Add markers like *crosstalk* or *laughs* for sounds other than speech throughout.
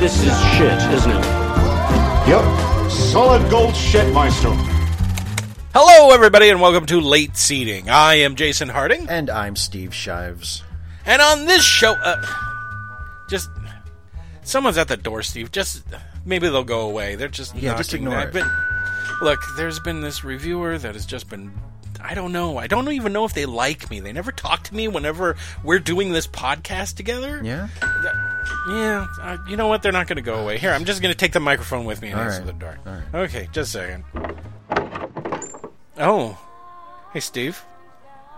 this is shit, isn't it? Yep. Solid gold shit, Maestro. Hello, everybody, and welcome to Late Seating. I am Jason Harding, And I'm Steve Shives. and on this show, uh, just someone's at the door, Steve. Just maybe they'll go away. They're just Yeah, just knocking ignore that. it. But look, there's been this reviewer that has just been. I don't know. I don't even know if they like me. They never talk to me whenever we're doing this podcast together. Yeah? Yeah, uh, you know what? They're not going to go away. Here, I'm just going to take the microphone with me and All answer right. the door. All Okay, just a second. Oh, hey, Steve.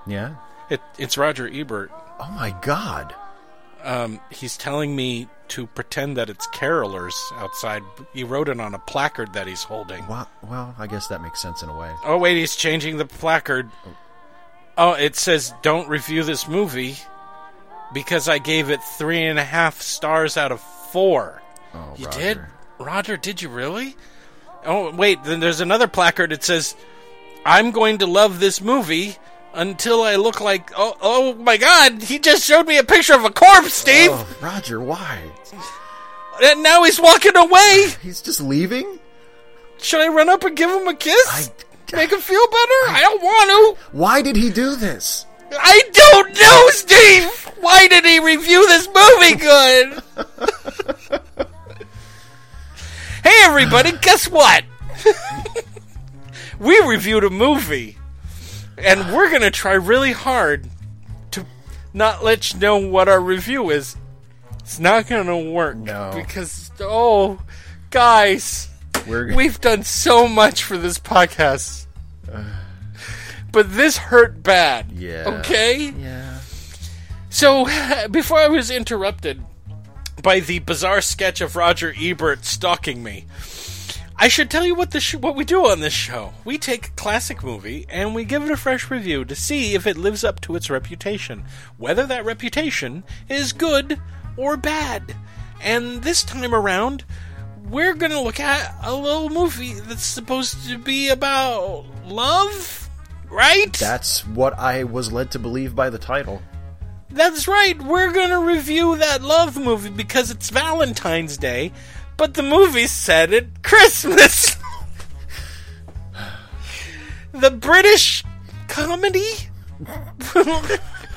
Yeah? It, it's Roger Ebert. Oh my god. Um, he's telling me to pretend that it's carolers outside. He wrote it on a placard that he's holding. Wow. Well, I guess that makes sense in a way. Oh, wait, he's changing the placard. Oh, it says, don't review this movie because I gave it three and a half stars out of four. Oh, You Roger. did? Roger, did you really? Oh, wait, then there's another placard. It says, I'm going to love this movie until I look like. Oh, oh my god, he just showed me a picture of a corpse, Steve! Oh, Roger, why? And now he's walking away! He's just leaving? Should I run up and give him a kiss? I- Make him feel better? I don't want *laughs* Why did he do this? to! I don't know, Steve! Why did he review this movie good? hey, everybody, guess what? we reviewed a movie, and we're gonna try really hard to not let you know what our review is. It's not gonna work. No. Because, oh, guys. We're We've done so much for this *sighs* podcast. But this hurt bad. Yeah. Okay? Yeah. So, *sighs* before I was interrupted by the bizarre sketch of Roger Ebert stalking me, I should tell you what the sh- what we do on this show. We take a classic movie and we give it a fresh review to see if it lives up to its reputation, whether that reputation is good or bad. And this time around, we're going to look at a little movie that's supposed to be about love, right? That's what I was led to believe by the title. That's right. We're going to review that love movie because it's Valentine's Day, but the movie said it Christmas. *laughs* the British comedy?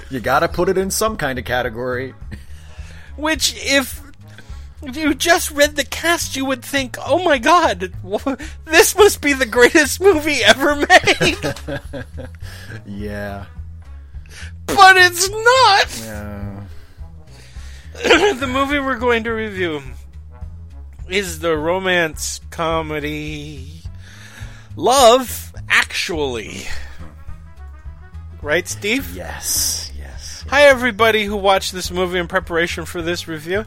You gotta put it in some kind of category. Which, if you just read the cast, you would think, oh my god, *laughs* this must be the greatest movie ever made. Yeah. but it's not! Uh, *laughs* the movie we're going to review is the romance comedy Love Actually. Right, Steve? yes. Yes. Hi, everybody who watched this movie in preparation for this review.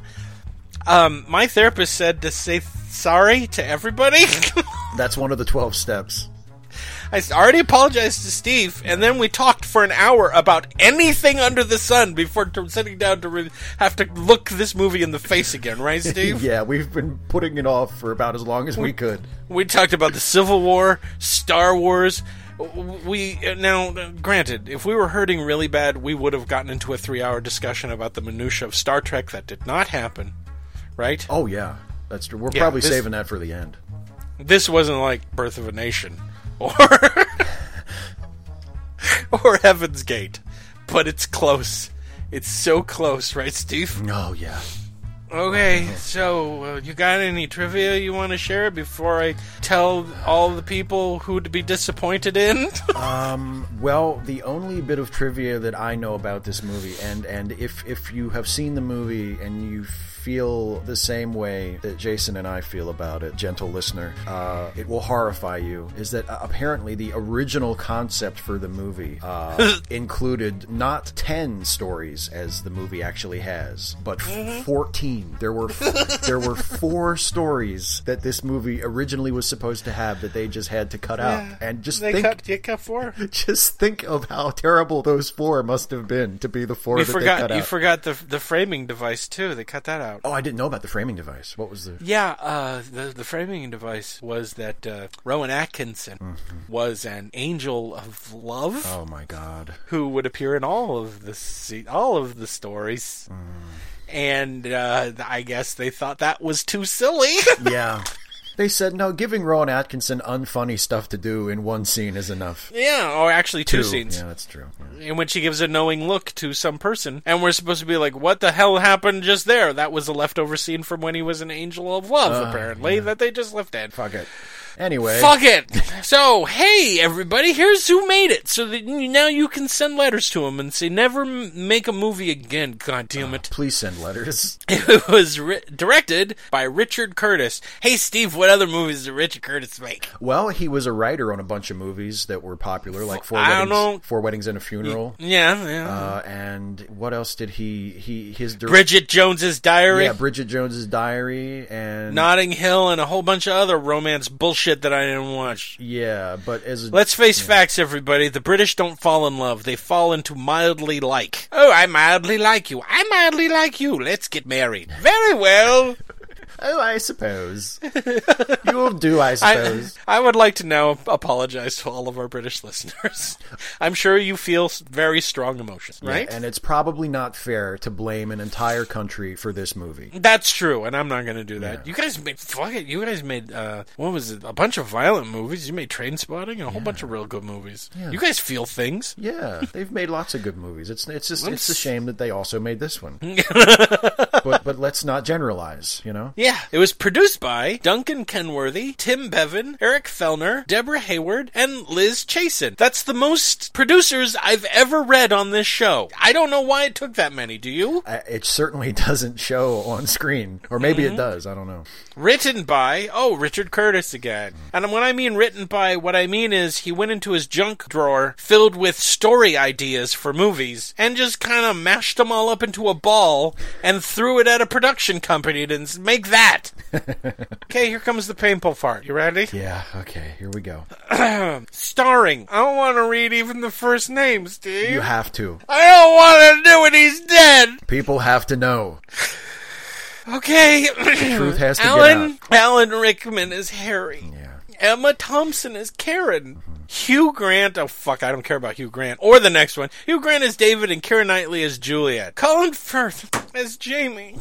Um, my therapist said to say sorry to everybody. *laughs* That's one of the 12 steps. I already apologized to Steve, and then we talked for an hour about anything under the sun before t- sitting down to re- have to look this movie in the face again, right, Steve? Yeah, we've been putting it off for about as long as we could. We talked about the Civil War, Star Wars. We now, granted, if we were hurting really bad, we would have gotten into a three-hour discussion about the minutia of Star Trek. That did not happen, right? Oh, yeah. That's true. We're Yeah, probably this- saving that for the end. This wasn't like Birth of a Nation or *laughs* or Heaven's Gate, but it's close. It's so close, right, Steve? Oh, yeah. Okay, so uh, you got any trivia you want to share before I tell all the people who to be disappointed in? *laughs* Well, the only bit of trivia that I know about this movie, and, and if, if you have seen the movie and you feel the same way that Jason and I feel about it, gentle listener, uh, it will horrify you, is that uh, apparently the original concept for the movie *laughs* uh, included not 10 stories, as the movie actually has, but Mm-hmm. 14. There were, *laughs* there were four stories that this movie originally was supposed to have that they just had to cut out. And just they think cut, you cut four. just think of how terrible those four must have been to be the four You that they forgot. cut You out. forgot the the framing device too. They cut that out. oh, I didn't know about the framing device. What was the? Yeah, uh, the the framing device was that uh, Rowan Atkinson was an angel of love Mm-hmm. Oh my god! Mm-hmm. who would appear in all of the se- all of the stories, and uh, I guess they thought that was too silly. *laughs* Yeah. *laughs* They said, no, giving Rowan Atkinson unfunny stuff to do in one scene is enough. yeah, or actually two, scenes Yeah, that's true. Yeah. in which he gives a knowing look to some person, and we're supposed to be like, "What the hell happened just there?" That was a leftover scene from when he was an angel of love, apparently, that they just left dead. Uh, Fuck it. Anyway. Fuck it. *laughs* So, hey, everybody, here's who made it. So that you- now you can send letters to him and say, never m- make a movie again, god damn it. Please send letters. *laughs* It was ri- directed by Richard Curtis. Hey, Steve, what other movies did Richard Curtis make? Well, he was a writer on a bunch of movies that were popular, like Four I don't Weddings, know. Four Weddings and a Funeral. Yeah, yeah. Uh, and what else did he he his dir- Bridget Jones's Diary, yeah Bridget Jones's Diary and Notting Hill, and a whole bunch of other romance bullshit that I didn't watch. yeah, but as a, Let's face facts, everybody. The British don't fall in love. They fall into mildly like. Oh, I mildly like you. I mildly like you. Let's get married. Very well. oh I *laughs* suppose you will do *laughs* I I, *laughs* suppose *laughs* I would like to now apologize to all of our British *laughs* listeners. I'm sure you feel s- very strong emotions, right? and it's probably not fair to blame an entire country for this *laughs* movie. That's true, and I'm not going to do that. You guys made fuck it. You guys made uh, what was it? A bunch of violent movies. You made Train Spotting and a whole bunch of real good movies. You guys feel things. Yeah, they've made lots of good movies. It's it's just it's a s- shame that they also made this one. *laughs* but but let's not generalize, you know. Yeah, it was produced by Duncan Kenworthy, Tim Bevan, Eric Fellner, Deborah Hayward, and Liz Chasin. That's the most producers I've ever read on this show. I don't know why it took that many. Do you? I- it certainly *laughs* doesn't show on screen, or maybe it does. I don't know. Written by, oh, Richard Curtis again. And when I mean written by, what I mean is he went into his junk drawer filled with story ideas for movies and just kind of mashed them all up into a ball and threw it at a production company to s- make that. okay, here comes the painful part. You ready? Yeah. Okay. Here we go. *clears throat* Starring. I don't want to read even the first name, Steve. You have to. I don't want to do it. He's dead. People have to know. Okay. truth has *clears throat* to get Alan, Alan Rickman is Harry. Yeah. Emma Thompson is Karen. Hugh Grant, oh fuck, I don't care about Hugh Grant or the next one. Hugh Grant is David and Karen Knightley is Juliet. Colin Firth as Jamie.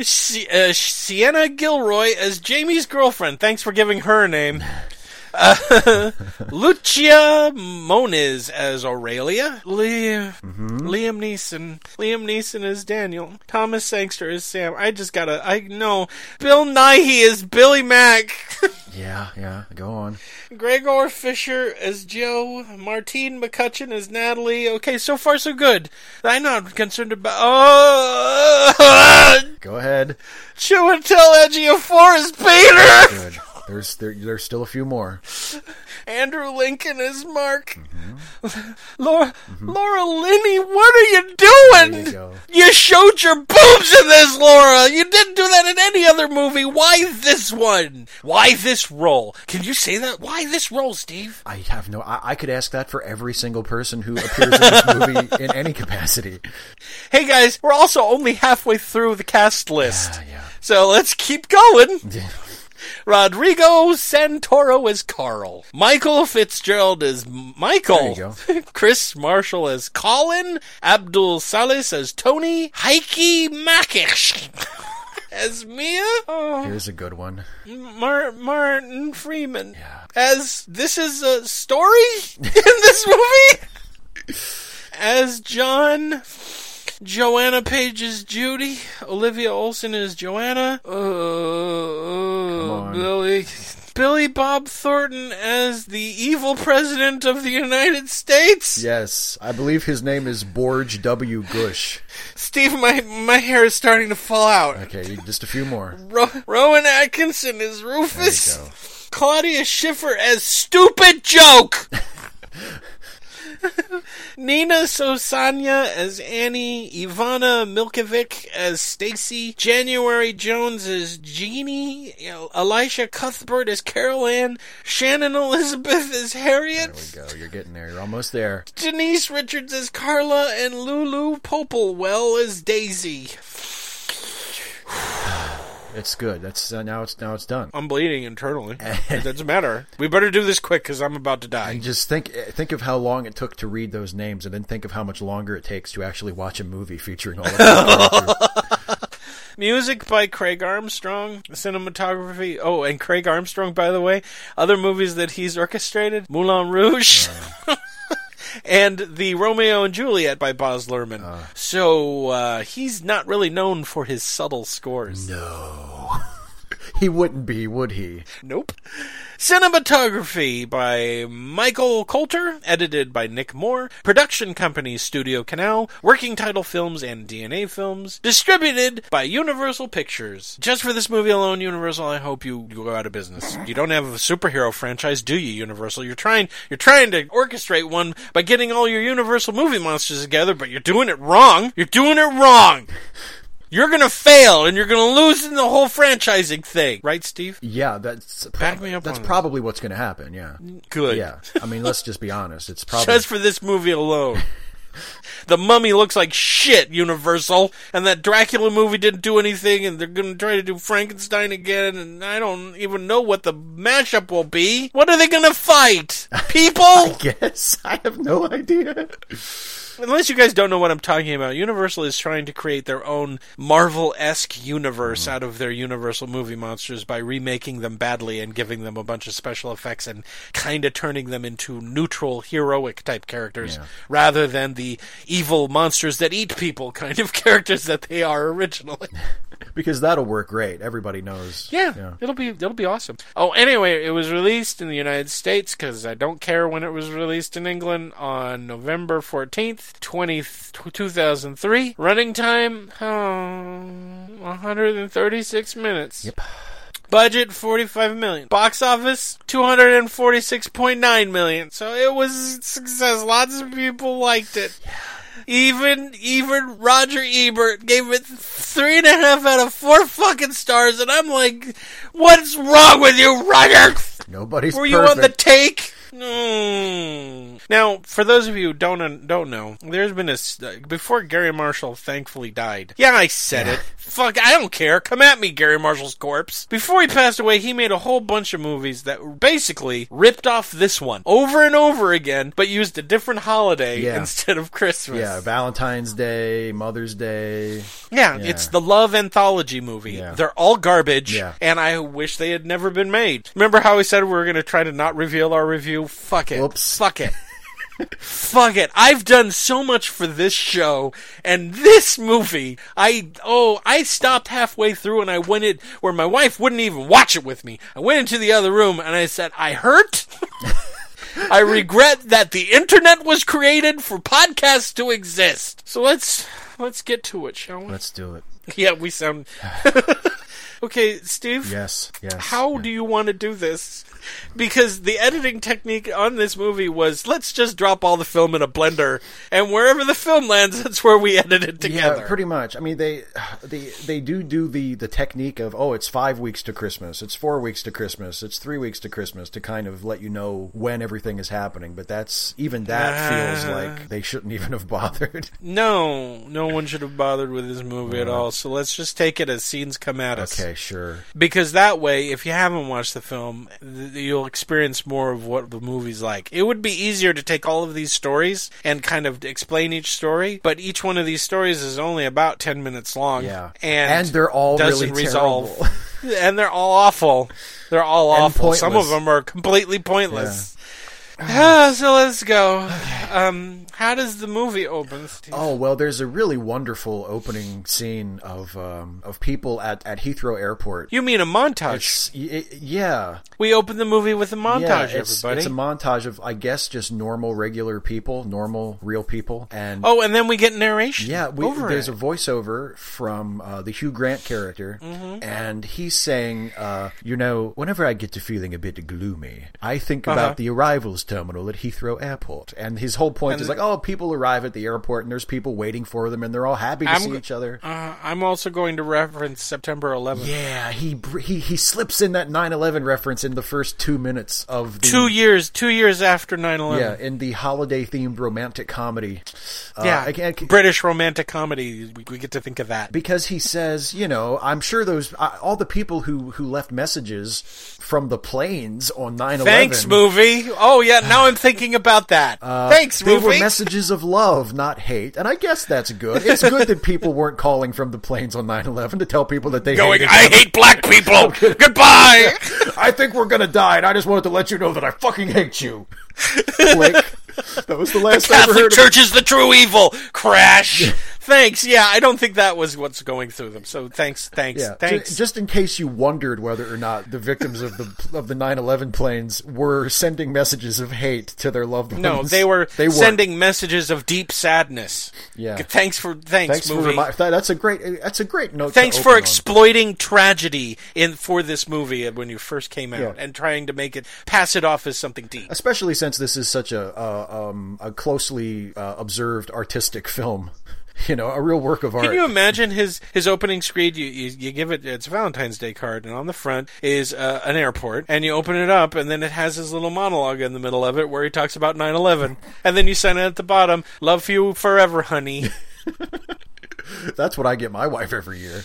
Si- uh, Sienna Gilroy as Jamie's girlfriend. Thanks for giving her a name. Uh, *laughs* Lucia Moniz as Aurelia. Liam, Liam Neeson. Liam Neeson is Daniel. Thomas Sangster is Sam. I just gotta. I know. Bill Nighy is Billy Mack. *laughs* Yeah. Yeah. Go on. Gregor Fisher as Joe, Martine McCutcheon as Natalie. Okay, so far so good. I'm not concerned about. Oh, *laughs* Go ahead. Chiwetel Ejiofor is Peter. *laughs* Good. There's there, there's still a few more. Andrew Lincoln is Mark. Mm-hmm. Laura, Laura Linney, what are you doing? There you go. You showed your boobs in this, Laura. You didn't do that in any other movie. Why this one? Why this role? Can you say that? Why this role, Steve? I have no. I, I could ask that for every single person who appears in this *laughs* movie in any capacity. Hey guys, we're also only halfway through the cast list. Yeah, yeah. So let's keep going. Rodrigo Santoro as Carl. Michael Fitzgerald as M- Michael. There *laughs* Chris Marshall as Colin. Abdul Salis as Tony. Heike Makish *laughs* as Mia. Oh, Here's a good one. Mar- Martin Freeman as this is a story *laughs* in this movie. as John, Joanna Page is Judy, Olivia Olson is Joanna, uh, on. Billy, Billy Bob Thornton as the evil president of the United States. Yes, I believe his name is Borge W. Gush. Steve, my my hair is starting to fall out. Okay, just a few more. Ro- Rowan Atkinson is Rufus. go. Claudia Schiffer as Stupid *laughs* Joke. Nina Sosanya as Annie, Ivana Milkovic as Stacy, January Jones as Jeannie, El- Elisha Cuthbert as Carol Ann, Shannon Elizabeth as Harriet, There we go. You're getting there. You're almost there. Denise Richards as Carla, and Lulu Popplewell as Daisy. It's good. That's uh, now it's now it's done. I'm bleeding internally. it doesn't matter. We better do this quick because I'm about to die. *laughs* And just think eh, think of how long it took to *laughs* read those names, and then think of how much longer it takes to actually watch a movie featuring all of them. Music by Craig Armstrong. Cinematography. Oh, and Craig Armstrong, by the way. Other movies that he's orchestrated Moulin Rouge. *laughs* and the Romeo and Juliet by Boz Lerman. so uh, he's not really known for his subtle scores. He wouldn't be, would he? Nope. Cinematography by Michael Coulter, edited by Nick Moore. Production company Studio Canal, working title films and DNA films, distributed by Universal Pictures. Just for this movie alone, Universal, I hope you you go out of business. You don't have a superhero franchise, do you, Universal? You're trying you're trying to orchestrate one by getting all your Universal movie monsters together, but you're doing it wrong. You're doing it wrong. You're gonna fail and you're gonna lose in the whole franchising thing. Right, Steve? Yeah, that's prob- Back me up That's on that. probably what's going to happen. Yeah, Good. yeah. I mean, let's just be honest. It's probably *laughs* Just for this movie *laughs* alone. the Mummy looks like shit, Universal, and that Dracula movie didn't do anything, and they're gonna try to do Frankenstein again, and I don't even know what the mashup will be. What are they gonna *laughs* fight? People? guess I have no idea. Unless you guys don't know what I'm talking about, Universal is trying to create their own Marvel esque universe out of their Universal movie monsters by remaking them badly and giving them a bunch of special effects and kind of turning them into neutral, heroic type characters rather than the evil monsters that eat people *laughs* kind of characters that they are originally. Because that'll work great. Everybody knows. Yeah, it'll be it'll be awesome. Oh, anyway, it was released in the United States because I don't care when it was released in England on November fourteenth, twenty two thousand three. Running time, oh, one hundred and thirty six minutes. Yep. Budget forty five million. Box office two hundred and forty six point nine million. So it was a success. Lots of people liked it. Even even Roger Ebert gave it three and a half out of four fucking stars, and I'm like, what's wrong with you, Roger? Nobody's. Were you on the perfect. take? Mm. Now, for those of you who don't don't know, there's been a s- before Gary Marshall thankfully died. Yeah, I said it. Fuck, I don't care. Come at me, Gary Marshall's corpse. Before he passed away, he made a whole bunch of movies that basically ripped off this one over and over again, but used a different holiday Yeah. *laughs* instead of Christmas. Yeah, Valentine's Day, Mother's Day. Yeah, Yeah. it's the Love Anthology movie. Yeah. They're all garbage, Yeah. and I wish they had never been made. Remember how we said we were going to try to not reveal our review? Fuck it. Whoops. Fuck it. *laughs* Fuck it. I've done so much for this show and this movie. I, oh, I stopped halfway through and I went it where my wife wouldn't even watch it with me. I went into the other room and I said, I hurt. *laughs* I regret that the internet was created for podcasts to exist. So let's, let's get to it, shall we? Let's do it. *laughs* Yeah, we *laughs* sound. okay, Steve. Yes, yes. How do you want to do this? Because the editing technique on this movie was let's just drop all the film in a blender, and wherever the film lands, *laughs* that's where we edit it together. Yeah, pretty much. I mean, they they they do do the the technique of oh, it's five weeks to Christmas, it's four weeks to Christmas, it's three weeks to Christmas to kind of let you know when everything is happening. But that's even that Ah. feels like they shouldn't even have *laughs* bothered. no, no one should have bothered with this movie at all. So let's just take it as scenes come at us. okay, sure. because that way if you haven't watched the film th- you'll experience more of what the movie's like it would be easier to take all of these stories and kind of explain each story but each one of these stories is only about 10 minutes long Yeah, and, they're all doesn't really resolve terrible. *laughs* *laughs* and they're all awful they're all And awful some of pointless. them are completely pointless *sighs* Ah, so let's go um, how does the movie open Steve? Oh well, there's a really wonderful opening scene of um, of people at at Heathrow Airport. you mean a montage It's- y- y- yeah, we open the movie with a montage yeah, it's, everybody It's a montage of, I guess, just normal, regular people, normal, real people, and Oh, and then we get narration. yeah, we, over there's it. a voiceover from uh, the Hugh Grant character, Mm-hmm. and he's saying, uh, you know, whenever I get to feeling a bit gloomy, I think Uh-huh. about the arrivals terminal at Heathrow Airport, and his whole point is like, oh, people arrive at the airport, and there's people waiting for them, and they're all happy to I'm see g- each other. Uh, I'm also going to reference September 11th. yeah, he br- he he slips in that 9/11 reference in the first two minutes of the Two years, two years after 9/11. Yeah, in the holiday themed romantic comedy. Uh, Yeah. again, c- British romantic comedy. We, we get to think of that. because he says, you know, I'm sure those uh, all the people who who left messages from the planes on 9/11. Thanks, movie. Oh yeah, now I'm thinking about that. uh, Thanks, they movie. Were messages of love, not hate. And I guess that's good. It's good that people weren't calling from the planes on 9/11 to tell people that they *laughs* Going, hated I hate black *laughs* people. Goodbye. I think we're gonna die, and I just wanted to let you know that I fucking hate you. Click. That was the last I ever Catholic heard of. Church is the true evil. Crash. thanks. Yeah, I don't think that was what's going through them. So thanks, thanks, Yeah, ju- thanks. just in case you wondered whether or not the victims of the of the 9/11 planes were sending messages of hate to their loved ones. no, they were They weren't. sending messages of deep sadness. Yeah. G- Thanks for thanks, Thanks for movie. remi- that- that's a great that's a great note. to thanks for open on. exploiting tragedy in for this movie when you first came out Yeah. and trying to make it pass it off as something deep. especially since this is such a uh, um, a closely uh, observed artistic film. *laughs* You know, a real work of art. Can you imagine his his opening screen? You, you you give it it's a Valentine's Day card, and on the front is uh, an airport, and you open it up, and then it has his little monologue in the middle of it where he talks about *laughs* 9-11. and then you sign it at the bottom, "Love you forever, *laughs* honey." That's what I get my wife every *laughs* year.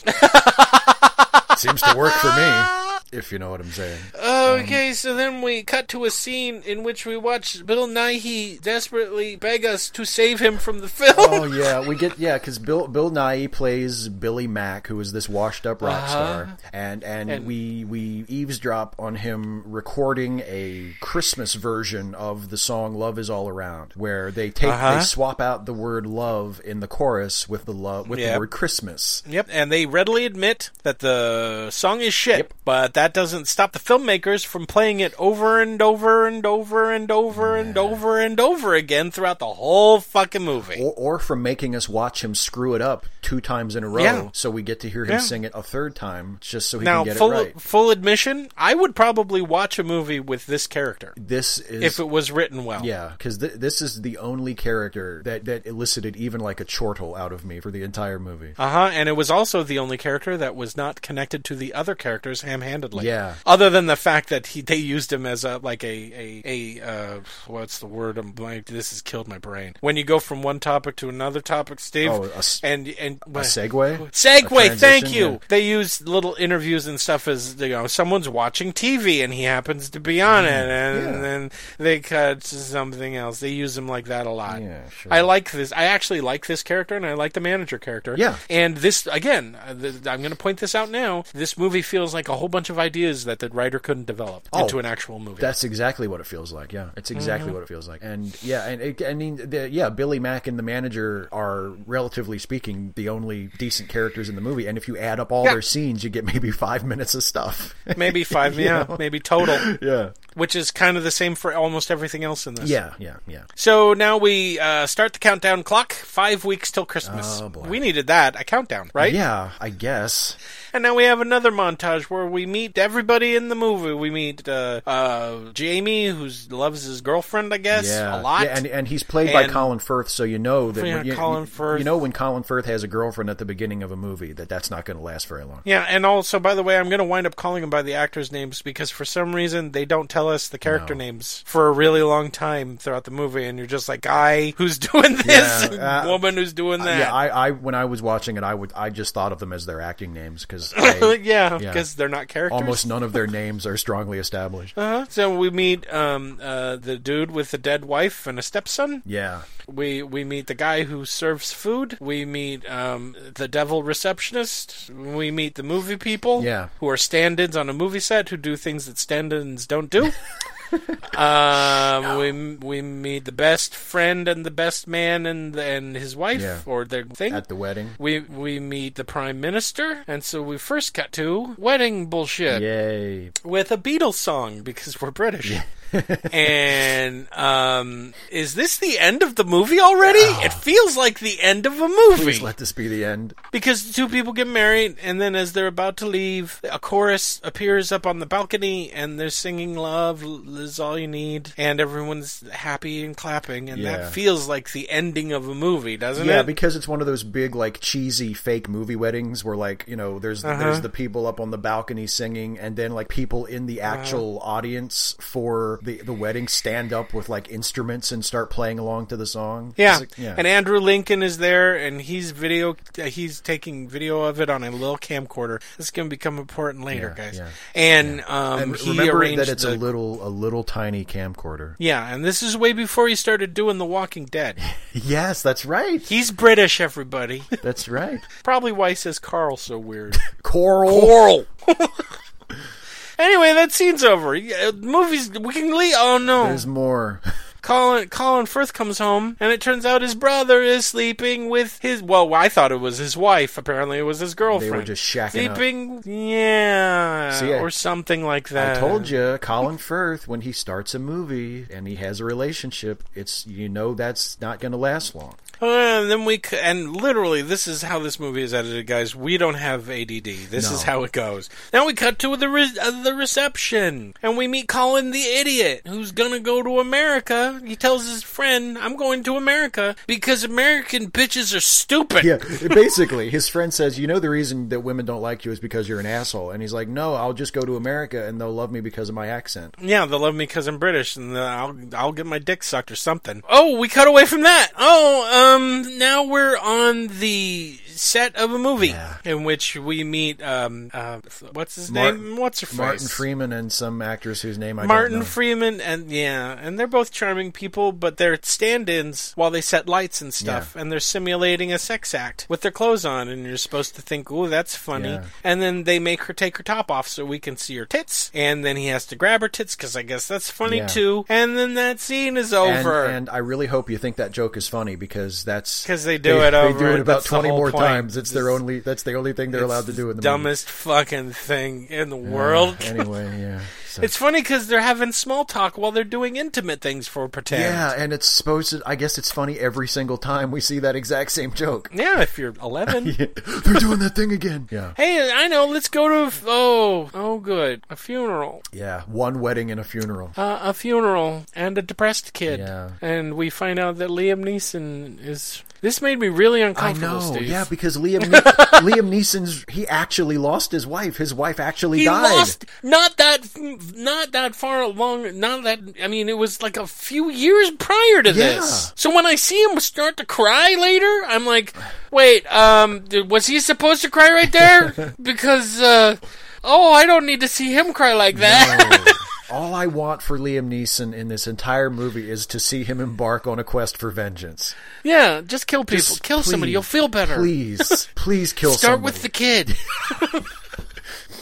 Seems to work for me, if you know what I'm saying. okay, so then we cut to a scene in which we watch Bill Nighy desperately beg us to save him from the film. *laughs* Oh yeah, we get yeah because Bill Bill Nye plays Billy Mack, who is this washed up rock star, and, Uh-huh. and we we eavesdrop on him recording a Christmas version of the song "Love Is All Around," where they take they swap out the word "love" in the chorus with the love with Yep. the word "Christmas." Yep, and they readily admit that the song is shit, but that doesn't stop the filmmakers from playing it over and over and over and over and over and over again throughout the whole fucking movie. Or, or from making us watch him screw it up two times in a row, Yeah. so we get to hear him Yeah. sing it a third time, just so he Now, can get full it right. full admission, I would probably watch a movie with this character This is if it was written well. Yeah, because th- this is the only character that, that elicited even like a chortle out of me for the entire movie. Uh huh. And it was also the only character that was not connected to the other characters ham-handedly. Yeah. Other than the fact that he they used him as a like a a, a uh, what's the word? I'm blank. This has killed my brain. When you go from one topic to another topic, Steve. Oh, a s- and and A segue? Segway, A thank transition, you. yeah. They use little interviews and stuff as you know someone's watching TV and he happens to be on it, and, Mm, yeah. then they cut to something else. They use him like that a lot. Yeah, sure. I like this. I actually like this character, and I like the manager character. Yeah. And this again, uh, th- I'm going to point this out now. This movie feels like a whole bunch of ideas that the writer couldn't develop Oh, into an actual movie. That's exactly what it feels like. Yeah, it's exactly Mm-hmm. what it feels like. And yeah, and it, I mean, the, yeah, Billy Mack and the manager are, relatively speaking, the only decent characters in the movie. And if you add up all Yeah. their scenes, you get maybe five minutes of stuff. *laughs* maybe five, yeah, maybe total, yeah, which is kind of the same for almost everything else in this. yeah, yeah, yeah. So now we uh, start the countdown clock. Five weeks till Christmas. Oh, boy. We needed that a countdown, right? Yeah, I guess. And now we have another montage where we meet everybody in the movie. We meet uh, uh, Jamie, who loves his girlfriend, I guess, a yeah. lot. Yeah, and and he's played by And- Colin Firth, so you know that Yeah, when you, Colin you- Firth. you know when Colin Firth has a girlfriend at the beginning of a movie that that's not going to last very long. Yeah, and also, by the way, I'm going to wind up calling them by the actors' names because for some reason they don't tell us the character names for a really long time throughout the movie, and you're just like, guy who's *laughs* doing this, Yeah, and uh, woman who's doing that. Yeah, I, I when I was watching it, I would I just thought of them as their acting names *laughs* because because yeah, Yeah. because they're not characters. almost none of their names are strongly established. Uh-huh. So we meet um, uh, the dude with the dead wife and a stepson. Yeah, We we meet the guy who serves food. We meet um, the devil receptionist. We meet the movie people, Yeah. who are stand-ins on a movie set who do things that stand-ins don't *laughs* do. um, we we meet the best friend and the best man and and his wife Yeah. or their thing. at the wedding. we we meet the prime minister, and so we first cut to wedding bullshit Yay! with a Beatles song because we're British. *laughs* and um, is this the end of the movie already? It feels like the end of a Please movie let this be the end. because the two people get married, and then as they're about to leave, a chorus appears up on the balcony, and they're singing "Love is all you need," and everyone's happy and clapping, and Yeah. that feels like the ending of a movie, doesn't Yeah, it? because it's one of those big, like cheesy fake movie weddings where, like, you know, there's Uh-huh. there's the people up on the balcony singing, and then like people in the actual audience for before the, the wedding stand up with like instruments and start playing along to the song. Yeah. It's like- yeah. and Andrew Lincoln is there, and he's video. uh, He's taking video of it on a little camcorder. This is going to become important later, Yeah, guys. yeah. And um, And he remember arranged that it's the, a little a little tiny camcorder. yeah, and this is way before he started doing The Walking Dead. Yes, that's right. He's British, *laughs* everybody. That's right. Probably why he says Carl so weird. Coral. Oral. *laughs* anyway, that scene's over. Yeah, movies we can leave. Oh no, There's more. Colin Colin Firth comes home, and it turns out his brother is sleeping with his. Well, I thought it was his wife. Apparently, it was his girlfriend. just shacking up. sleeping, yeah, See, I- or something like I that. told you, Colin Firth, when he starts a movie and he has a relationship, it's you know that's not going to last long. Uh, and then we c- and literally, this is how this movie is edited, guys. We don't have ADD. This is No. how it goes. Now we cut to the re- uh, the reception, and we meet Colin the idiot, who's gonna go to America. He tells his friend, "I'm going to America because American bitches are stupid." *laughs* Yeah, basically, his friend says, "You know the reason that women don't like you is because you're an asshole," and he's like, "No, I'll just go to America and they'll love me because of my accent." Yeah, they love me because I'm British, and then I'll I'll get my dick sucked or something. Oh, we cut away from that. Oh, um, now we're on the set of a movie in which we meet um, uh, what's his Mar- name? What's her face? Martin Freeman and some actors whose name I don't Martin know. Freeman and yeah, and they're both charming people, but they're stand-ins while they set lights and stuff, and they're simulating a sex act with their clothes on, and you're supposed to think, "Ooh, that's funny," Yeah. and then they make her take her top off so we can see her tits, and then he has to grab her tits because I guess that's funny Yeah. too, and then that scene is and, over and I really hope you think that joke is funny because that's 'Cause they do it over They do it. it about That's the twenty whole more point. times. It's their This- only. That's the only thing they're allowed to do in the dumbest fucking thing in the world. movie. *laughs* Anyway, yeah. So- It's funny because they're having small talk while they're doing intimate things for pretend. Yeah, and it's supposed to. I guess it's funny every single time we see that exact same joke. *laughs* Yeah, if you're 11. They're doing that thing again. Yeah. Hey, I know. Let's go to a f- oh oh good a funeral, Yeah. One wedding and a funeral. uh, a funeral, and a depressed kid. Yeah. And we find out that Liam Neeson is. This made me really I uncomfortable. know. Steve. *laughs* Yeah, because Liam ne- Liam Neeson's he actually lost his wife. His wife actually He died. lost not that not that far along not that I mean it was like a few years prior to this. Yeah. So when I see him start to cry later, I'm like, wait, um, d- was he supposed to cry right *laughs* there? because uh, oh, I don't need to see him cry like that. No. Oh. All I want for Liam Neeson in this entire movie is to see him embark on a quest for vengeance. Yeah, just kill people. kill somebody. Please, You'll feel better. *laughs* Please, please kill. Start somebody. with the kid. *laughs*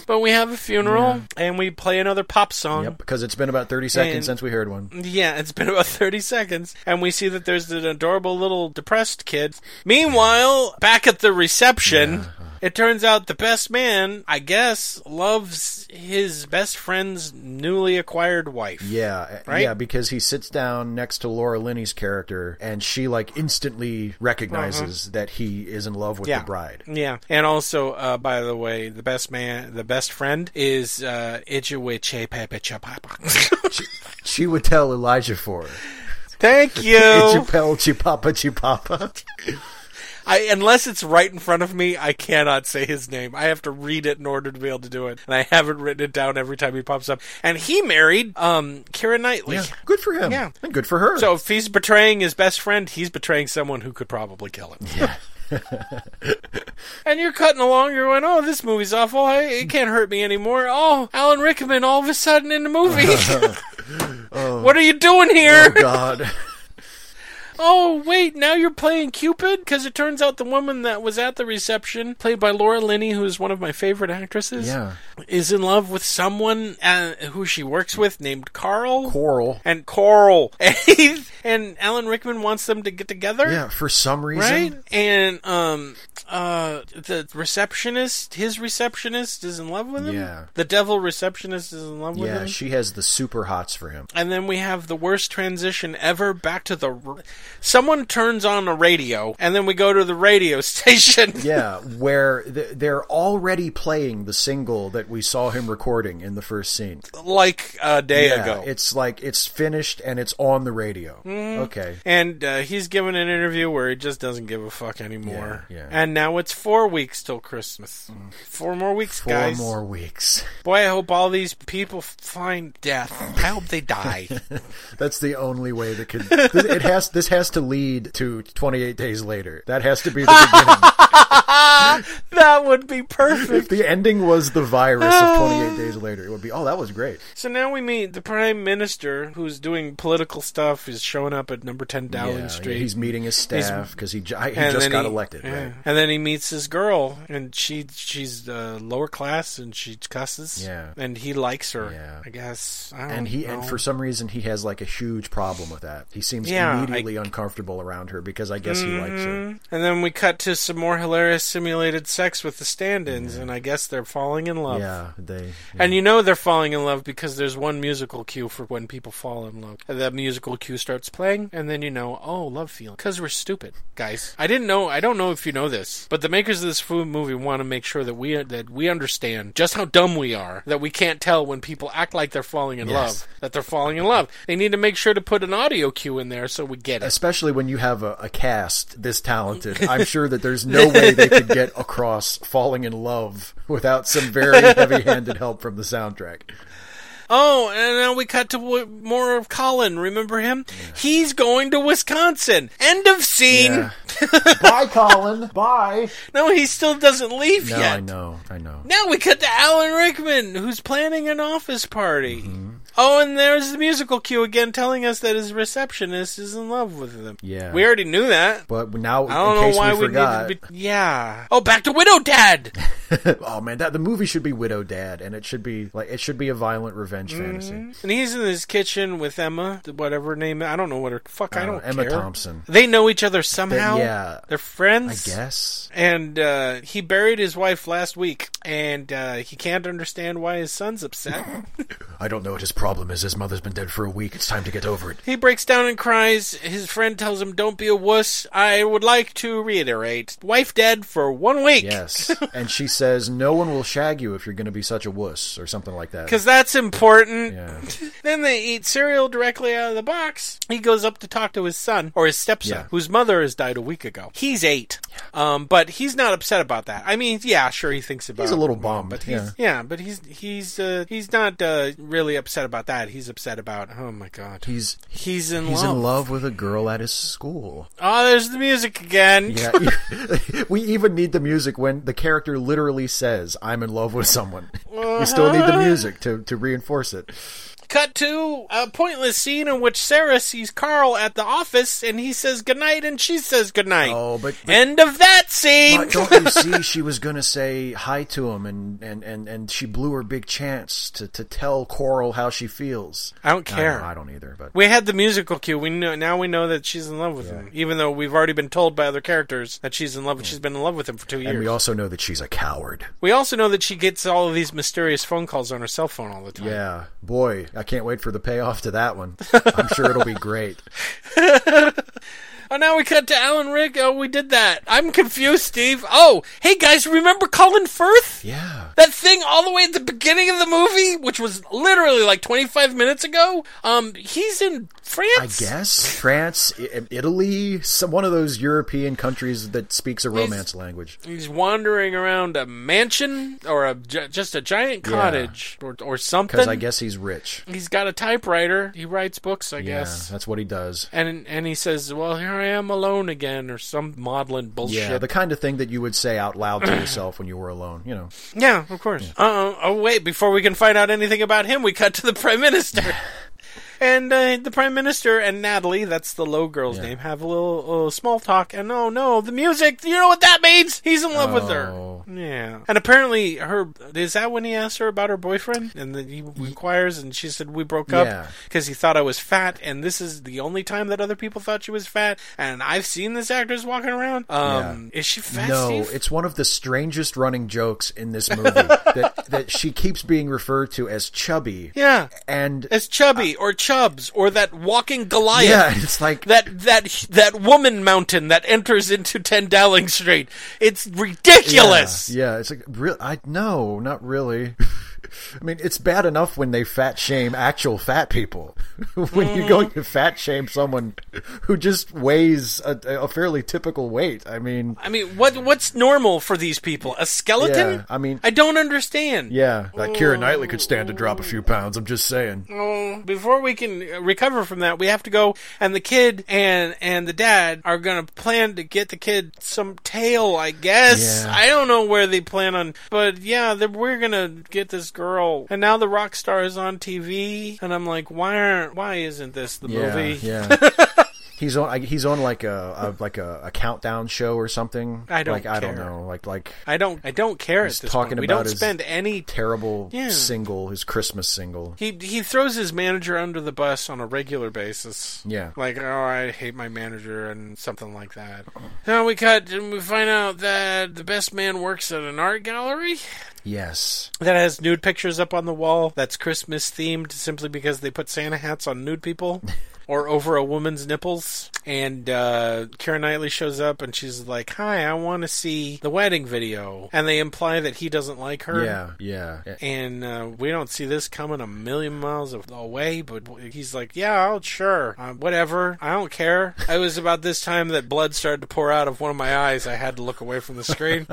but we have a funeral and we play another pop song. Yep, because it's been about thirty seconds um, And- Mm-hmm. since we heard one. Yeah, it's been about *laughs* 30 seconds and we see that there's an adorable little depressed kid. Meanwhile, back at the reception, it turns out the best man, I guess, loves his best friend's newly acquired wife. Yeah, uh, Right? yeah, because he sits down next to Laura Linney's character, and she like instantly recognizes that he is in love with Uh-huh. yeah. the bride. Yeah, and also, uh, by the way, the best man, the best friend is uh, Ichiweche Pepe Chapapa. *laughs* She would tell Elijah for it. *laughs* Thank you. Chipel, chipapa, chipapa. I, unless it's right in front of me, I cannot say his name. I have to read it in order to be able to do it, and I haven't written it down every time he pops up. And he married um Kira Knightley. Yeah, good for him. Yeah. and good for her. So if he's betraying his best friend, he's betraying someone who could probably kill him. *laughs* and you're cutting along. You're going, "Oh, this movie's awful. Hey, it can't hurt me anymore." Oh, Alan Rickman, all of a sudden in the movie. *laughs* What are you doing here? oh God. Oh, wait, now you're playing Cupid? Because it turns out the woman that was at the reception, played by Laura Linney, who is one of my favorite actresses, Yeah. is in love with someone uh, who she works with named Carl. Coral. and Coral. *laughs* and Alan Rickman wants them to get together. Yeah, for some reason. Right? And, um,. Uh, the receptionist, his receptionist is in love with him. Yeah. The devil receptionist is in love with him. Yeah, she has the super hots for him. And then we have the worst transition ever back to the r- someone turns on a radio, and then we go to the radio *laughs* station. yeah, where th- they're already playing the single that we saw him recording in the first scene. like a day Yeah, ago. it's like it's finished and it's on the radio. Mm. Okay. and uh, he's given an interview where he just doesn't give a fuck anymore. Yeah, yeah. And now it's four weeks till Christmas. Four more weeks, Four guys. more weeks. *laughs* Boy, I hope all these people f- find death. I hope they *laughs* die. *laughs* That's the only way that could. It has. This has to lead to 28 days later. That has to be the beginning. that would be perfect. if the ending was the virus of 28 days later, it would be. Oh, that was great. So now we meet the prime minister who's doing political stuff. Is showing up at number ten Dowling Yeah, Street. he's meeting his staff because he, ju- I- he And just then got he- elected. yeah. Right? And then he meets this girl, and she she's uh, lower class, and she cusses. Yeah. And he likes her. Yeah. I guess. I don't And he, know. and for some reason, he has like a huge problem with that. He seems Yeah, immediately uncomfortable around her because I guess he likes her. Mm-hmm. And then we cut to some more hilarious simulated sex with the stand-ins, and I guess they're falling in love. Yeah, they. And you know they're falling in love because there's one musical cue for when people fall in love. And that musical cue starts playing, and then you know, oh, love feeling. Because we're stupid, guys. I didn't know. I don't know if you know this, but the makers of this food movie want to make sure that we that we understand just how dumb we are. That we can't tell when people act like they're falling in Yes. love that they're falling in love. They need to make sure to put an audio cue in there so we get it. especially when you have a, a cast this *laughs* talented, I'm sure that there's no way they could get across falling in love without some *laughs* very heavy-handed help from the soundtrack. Oh, and now we cut to w- more of Colin. Remember him? He's going to Wisconsin. End of scene. Yeah. *laughs* Bye, Colin. Bye. No, he still doesn't leave No, yet. I know. I know. Now we cut to Alan Rickman, who's planning an office party. Mm-hmm. Oh, and there's the musical cue again telling us that his receptionist is in love with him. Yeah. We already knew that. But now, I don't in know case why we we forgot, needed to be. Yeah. Oh, back to Widow *laughs* Dad! oh man, that the movie should be Widow Dad, and it should be like it should be a violent revenge Mm-hmm. fantasy. and he's in his kitchen with Emma, whatever her name. I don't know what her. Fuck, I Uh, don't Emma care. Thompson. They know each other somehow. yeah. They're I friends. guess. and uh, he buried his wife last week, and uh, he can't understand why his son's *laughs* upset. I don't know what his problem is. His mother's been dead for a week. It's time to get over it. he breaks down and cries. His friend tells him, "Don't be a wuss." I would like to reiterate: wife dead for one week. *laughs* Yes. and she says, No one will shag you if you're going to be such a wuss, or something like that. Because that's important. *laughs* Yeah. Then they eat cereal directly out of the box. He goes up to talk to his son, or his stepson, Yeah. whose mother has died a week ago. He's eight. Um, but he's not upset about that. I mean, yeah, sure, he thinks about He's a little bummed. but yeah. he's yeah. but he's he's uh, he's not uh, really upset about that. He's upset about oh my god, He's he's in he's love. in love with a girl at *laughs* his school. Oh, there's the music again. Yeah. *laughs* we even need the music when the character literally says, I'm in love with someone. We still need Uh-huh. the music to, to reinforce it. Cut to a pointless scene in which Sarah sees Carl at the office, and he says goodnight, and she says goodnight. Oh, but- but- end of that scene. But don't you see she was gonna say hi to him and, and, and, and she blew her big chance to, to tell Coral how she feels. I don't I care. know, I don't either, but we had the musical cue. We know now we know that she's in love with him, even though we've already been told by other characters that she's in love. She's been in love with him for two years. and we also know that she's a coward. We also know that she gets all of these mysterious phone calls on her cell phone all the time. Yeah, boy, I can't wait for the payoff to that one. I'm sure it'll *laughs* be great. Oh, now we cut to Alan Rick. Oh, we did that. I'm confused, Steve. Oh, hey guys, remember Colin Firth? Yeah. That thing all the way at the beginning of the movie, which was literally like 25 minutes ago. Um, he's in France. I guess France, I- Italy, some, one of those European countries that speaks a romance language. He's wandering around a mansion or a ju- just a giant cottage or or something. Because I guess he's rich. he's got a typewriter. He writes books, I Yeah, guess. that's what he does. And and he says, "Well, here I am alone again," or some maudlin bullshit. Yeah, the kind of thing that you would say out loud to yourself when you were alone. You know, Yeah, of course. Uh, oh, wait, before we can find out anything about him, we cut to the Prime *laughs* Minister. and uh, the Prime Minister and Natalie, that's the low girl's name, have a little uh, small talk. And oh no, the music, you know what that means? He's in love with her. Oh. Yeah. And apparently, her is that when he asked her about her boyfriend? And then he inquires, and she said, We broke Yeah. up because he thought I was fat, and this is the only time that other people thought she was fat. And I've seen this actress walking around. Um, Is she fat? no, Steve? it's one of the strangest running jokes in this *laughs* movie that that she keeps being referred to as chubby. Yeah. and It's chubby or Chubbs or that walking Goliath. Uh, Yeah, it's like- that that that woman mountain that enters into Ten Dowling Street. It's ridiculous. Yeah, yeah, it's like real. I no, not really. *laughs* I mean, it's bad enough when they fat shame actual fat people. *laughs* when you're Mm. going to fat shame someone who just weighs a, a fairly typical weight, I mean, I mean, what what's normal for these people? A skeleton? Yeah, I mean- I don't understand. yeah, like Kira Knightley could stand to drop a few pounds. I'm just saying. Well, before we can uh, recover from that, we have to go, and the kid and and the dad are gonna plan to get the kid some tail, I guess. Yeah. I don't know where they plan on, but yeah, they're, we're gonna get this girl. And now the rock star is on TV, and I'm like, why aren't why isn't this the Yeah, movie? yeah. *laughs* He's on. I- He's on like a, a like a, a countdown show or something. I don't like. I don't care. know. Like like I don't I don't care He's at this talking point. We about don't his- spend any. T- terrible Yeah. single. His Christmas single. he he throws his manager under the bus on a regular basis. Yeah. Like, oh, I hate my manager and something like that. Now we cut and we find out that the best man works at an art gallery Yes. that has nude pictures up on the wall that's Christmas themed simply because they put Santa hats on nude *laughs* people or over a woman's nipples. And uh, Karen Knightley shows up and she's like, Hi, I want to see the wedding video. And they imply that he doesn't like her. Yeah. Yeah. Er. And uh, we don't see this coming a million miles a- away, but he's like, "Yeah, I'll sure, uh, whatever. I don't care." it was about this time that blood started to pour out of one of my eyes. I had to look away from the screen.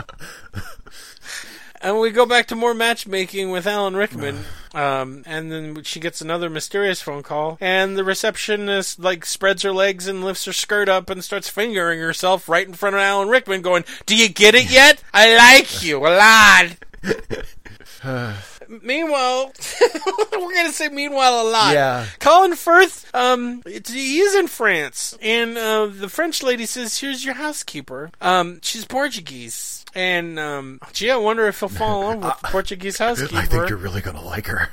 And we go back to more matchmaking with Alan Rickman, um, and then she gets another mysterious phone call, and the receptionist like spreads her legs and lifts her skirt up and starts fingering herself right in front of Alan Rickman, going, "Do you get it yet? I like you a lot." Meanwhile, *laughs* we're gonna say meanwhile a lot. Yeah. Colin Firth, um, it's, he is in France, and uh, the French lady says, "Here's your housekeeper." Um, she's Portuguese, and um, gee, I wonder if he'll fall in love with *laughs* the Portuguese housekeeper. I think you're really gonna like her.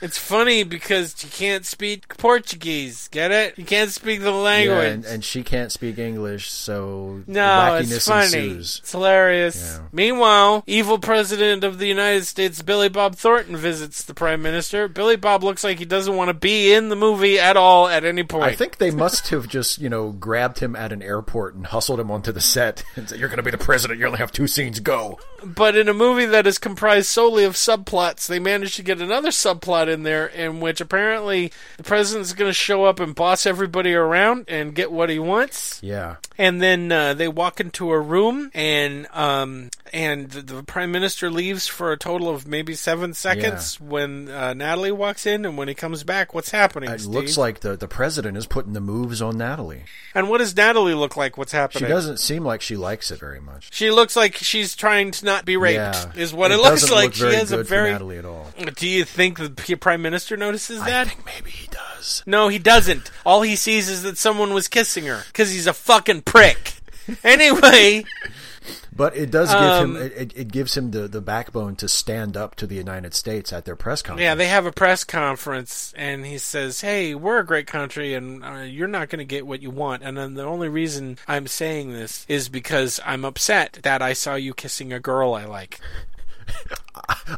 It's funny because you can't speak Portuguese. Get it? You can't speak the Yeah, language. and, and she can't speak English, so No, wackiness it's funny. ensues. It's hilarious. Yeah. Meanwhile, evil president of the United States, Billy Bob Thornton, visits the prime minister. Billy Bob looks like he doesn't want to be in the movie at all at any point. *laughs* I think they must have just, you know, grabbed him at an airport and hustled him onto the set *laughs* and said, "You're going to be the president. You only have two scenes. Go." but in a movie that is comprised solely of subplots, they managed to get another subplot in there in which apparently the president's going to show up and boss everybody around and get what he wants. Yeah, And then uh, they walk into a room, and um, and the, the prime minister leaves for a total of maybe seven seconds. When uh, Natalie walks in, and when he comes back, what's happening? it Steve? looks like the the president is putting the moves on Natalie. And what does Natalie look like? What's She happening? doesn't seem like she likes it very much. She looks like she's trying to not be raped. yeah, Is what it, looks doesn't like. Look very she has good a very. for Natalie at all. Do you think the p- prime minister notices I that? think maybe he does. No, he doesn't. All he sees is that someone was kissing her because he's a fucking *laughs* prick. Anyway. But it does give Um, him it- it, it gives him the, the backbone to stand up to the United States at their press conference. Yeah, they have a press conference, and he says, "Hey, we're a great country, and uh, you're not going to get what you want." And then the only reason I'm saying this is because I'm upset that I saw you kissing a girl I like.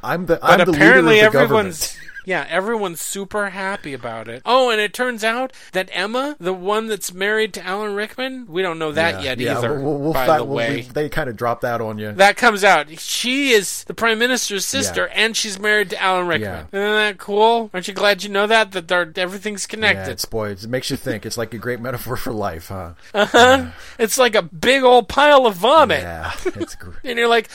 I'm the But I'm the leader of apparently, the government. everyone's. *laughs* Yeah, everyone's super happy about it. Oh, and it turns out that Emma, the one that's married to Alan Rickman, we don't know *laughs* that yet either. We'll, we'll, we'll by fi- the we'll- way, we- they kind of drop that on you. that comes out. She is the prime minister's sister, Yeah. and she's married to Alan Rickman. Yeah. Isn't that cool? Aren't you glad you know that? That they're, everything's yeah, connected. *laughs* it's boy, it makes you think. It's like a great metaphor for life, huh? Uh-huh. It's like a big old pile of vomit. Yeah, *laughs* it's great. And you're like,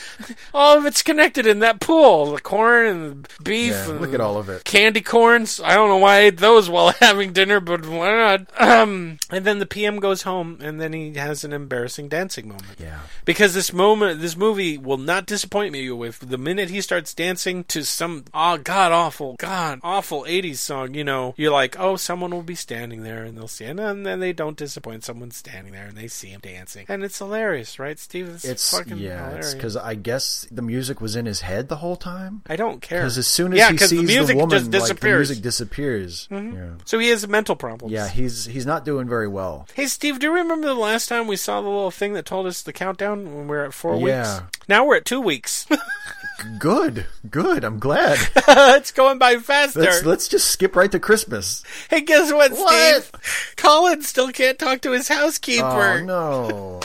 all of it's connected in that pool. The corn and the beef. Yeah, and look at all of it. Candy corns. I don't know why I ate those while *laughs* having dinner, but why not? Um, and then the PM goes home, and then he has an embarrassing dancing moment. Yeah. Because this moment, this movie will not disappoint me with the minute he starts dancing to some oh god awful, god awful '80s song. You know, you're like, oh, someone will be standing there, and they'll see, it. and then they don't disappoint. Someone's standing there, and they see him dancing, and it's hilarious, right, Steve? It's, It's fucking yeah, hilarious. it's because I guess the music was in his head the whole time. I don't care. Because as soon as yeah, he 'cause sees the music woman, just like, the disappears. Mm-hmm. music disappears. Yeah. so he has mental problems. yeah, he's he's not doing very well. Hey, Steve, do you remember the last time we saw the little thing that told us the countdown when we were at four Yeah. weeks? *laughs* Now we're at two weeks. Good, good. I'm *laughs* glad. it's going by faster. Let's let's just skip right to Christmas. hey, guess what, What? Steve? Colin still can't talk to his housekeeper. *laughs* Oh no!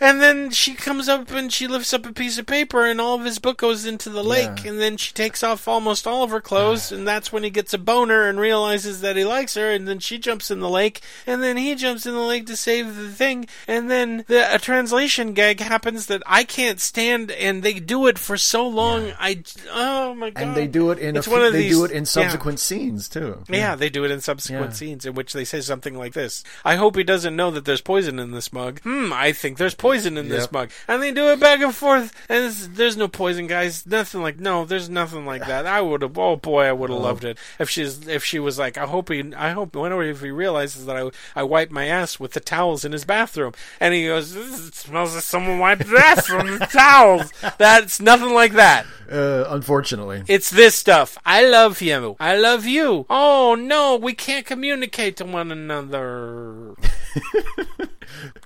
And then she comes up and she lifts up a piece of paper, and all of his book goes into the lake. And then she takes off almost all of her clothes, and that's when he gets a boner and realizes that he likes her. And then she jumps in the lake, and then he jumps in the lake to save the thing. And then the, a translation gag happens that I can't stand, and they do it for so long. I oh my god! And they do it in a It's few- one of they these- do it yeah. in subsequent scenes too. Yeah, they do it in subsequent Yeah. scenes in which they say something like this I hope he doesn't know that there's poison in this mug. Hmm, I think there's poison in this Yep. mug. And they do it back and forth. And it's, there's no poison, guys. Nothing like, no, there's nothing like that. I would have, oh boy, I would have loved it. If she's, if she was like, I hope he, I hope, whenever if he realizes that I, I wiped my ass with the towels in his bathroom. And he goes, "This smells like someone wiped their ass from the *laughs* towels. That's nothing like that. Uh, unfortunately, It's this stuff. I love you. I love you. Oh no, we can't communicate to one *laughs* another.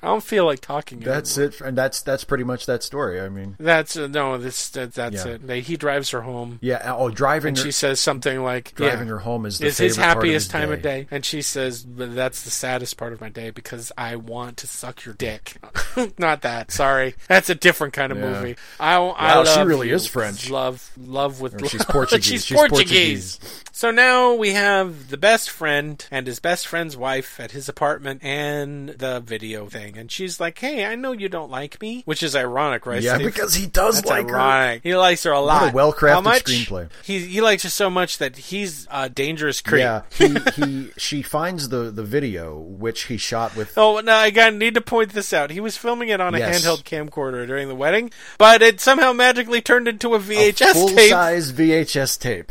I don't feel like talking. that's it, and that's that's pretty much that story. I mean, anymore. that's uh, no. This that, that's Yeah. it. They, he drives her home. yeah. Oh, driving her, She says something like driving yeah, her home is the Is his favorite part of happiest his time of day, and she says "But that's the saddest part of my day because I want to suck your dick. *laughs* Not that. Sorry, that's a different kind of Yeah. movie. I, I Wow, love she really you. is French. Love, love with. Or she's love. *laughs* Portuguese. she's, She's Portuguese. Portuguese. So now we have the best friend and his best friend's wife at his apartment and the video thing. And she's like, hey, I know you don't like me. Which is ironic, right? Yeah, Steve? because he does That's like her. ironic. He likes her a lot. well-crafted How much? screenplay. He, he likes her so much that he's a dangerous creep. Yeah, he, he *laughs* she finds the the video which he *laughs* shot with. Oh, no, I got- need to point this out. He was filming it on a Yes. handheld camcorder during the wedding, but it somehow magically turned into a VHS full tape. size VHS tape.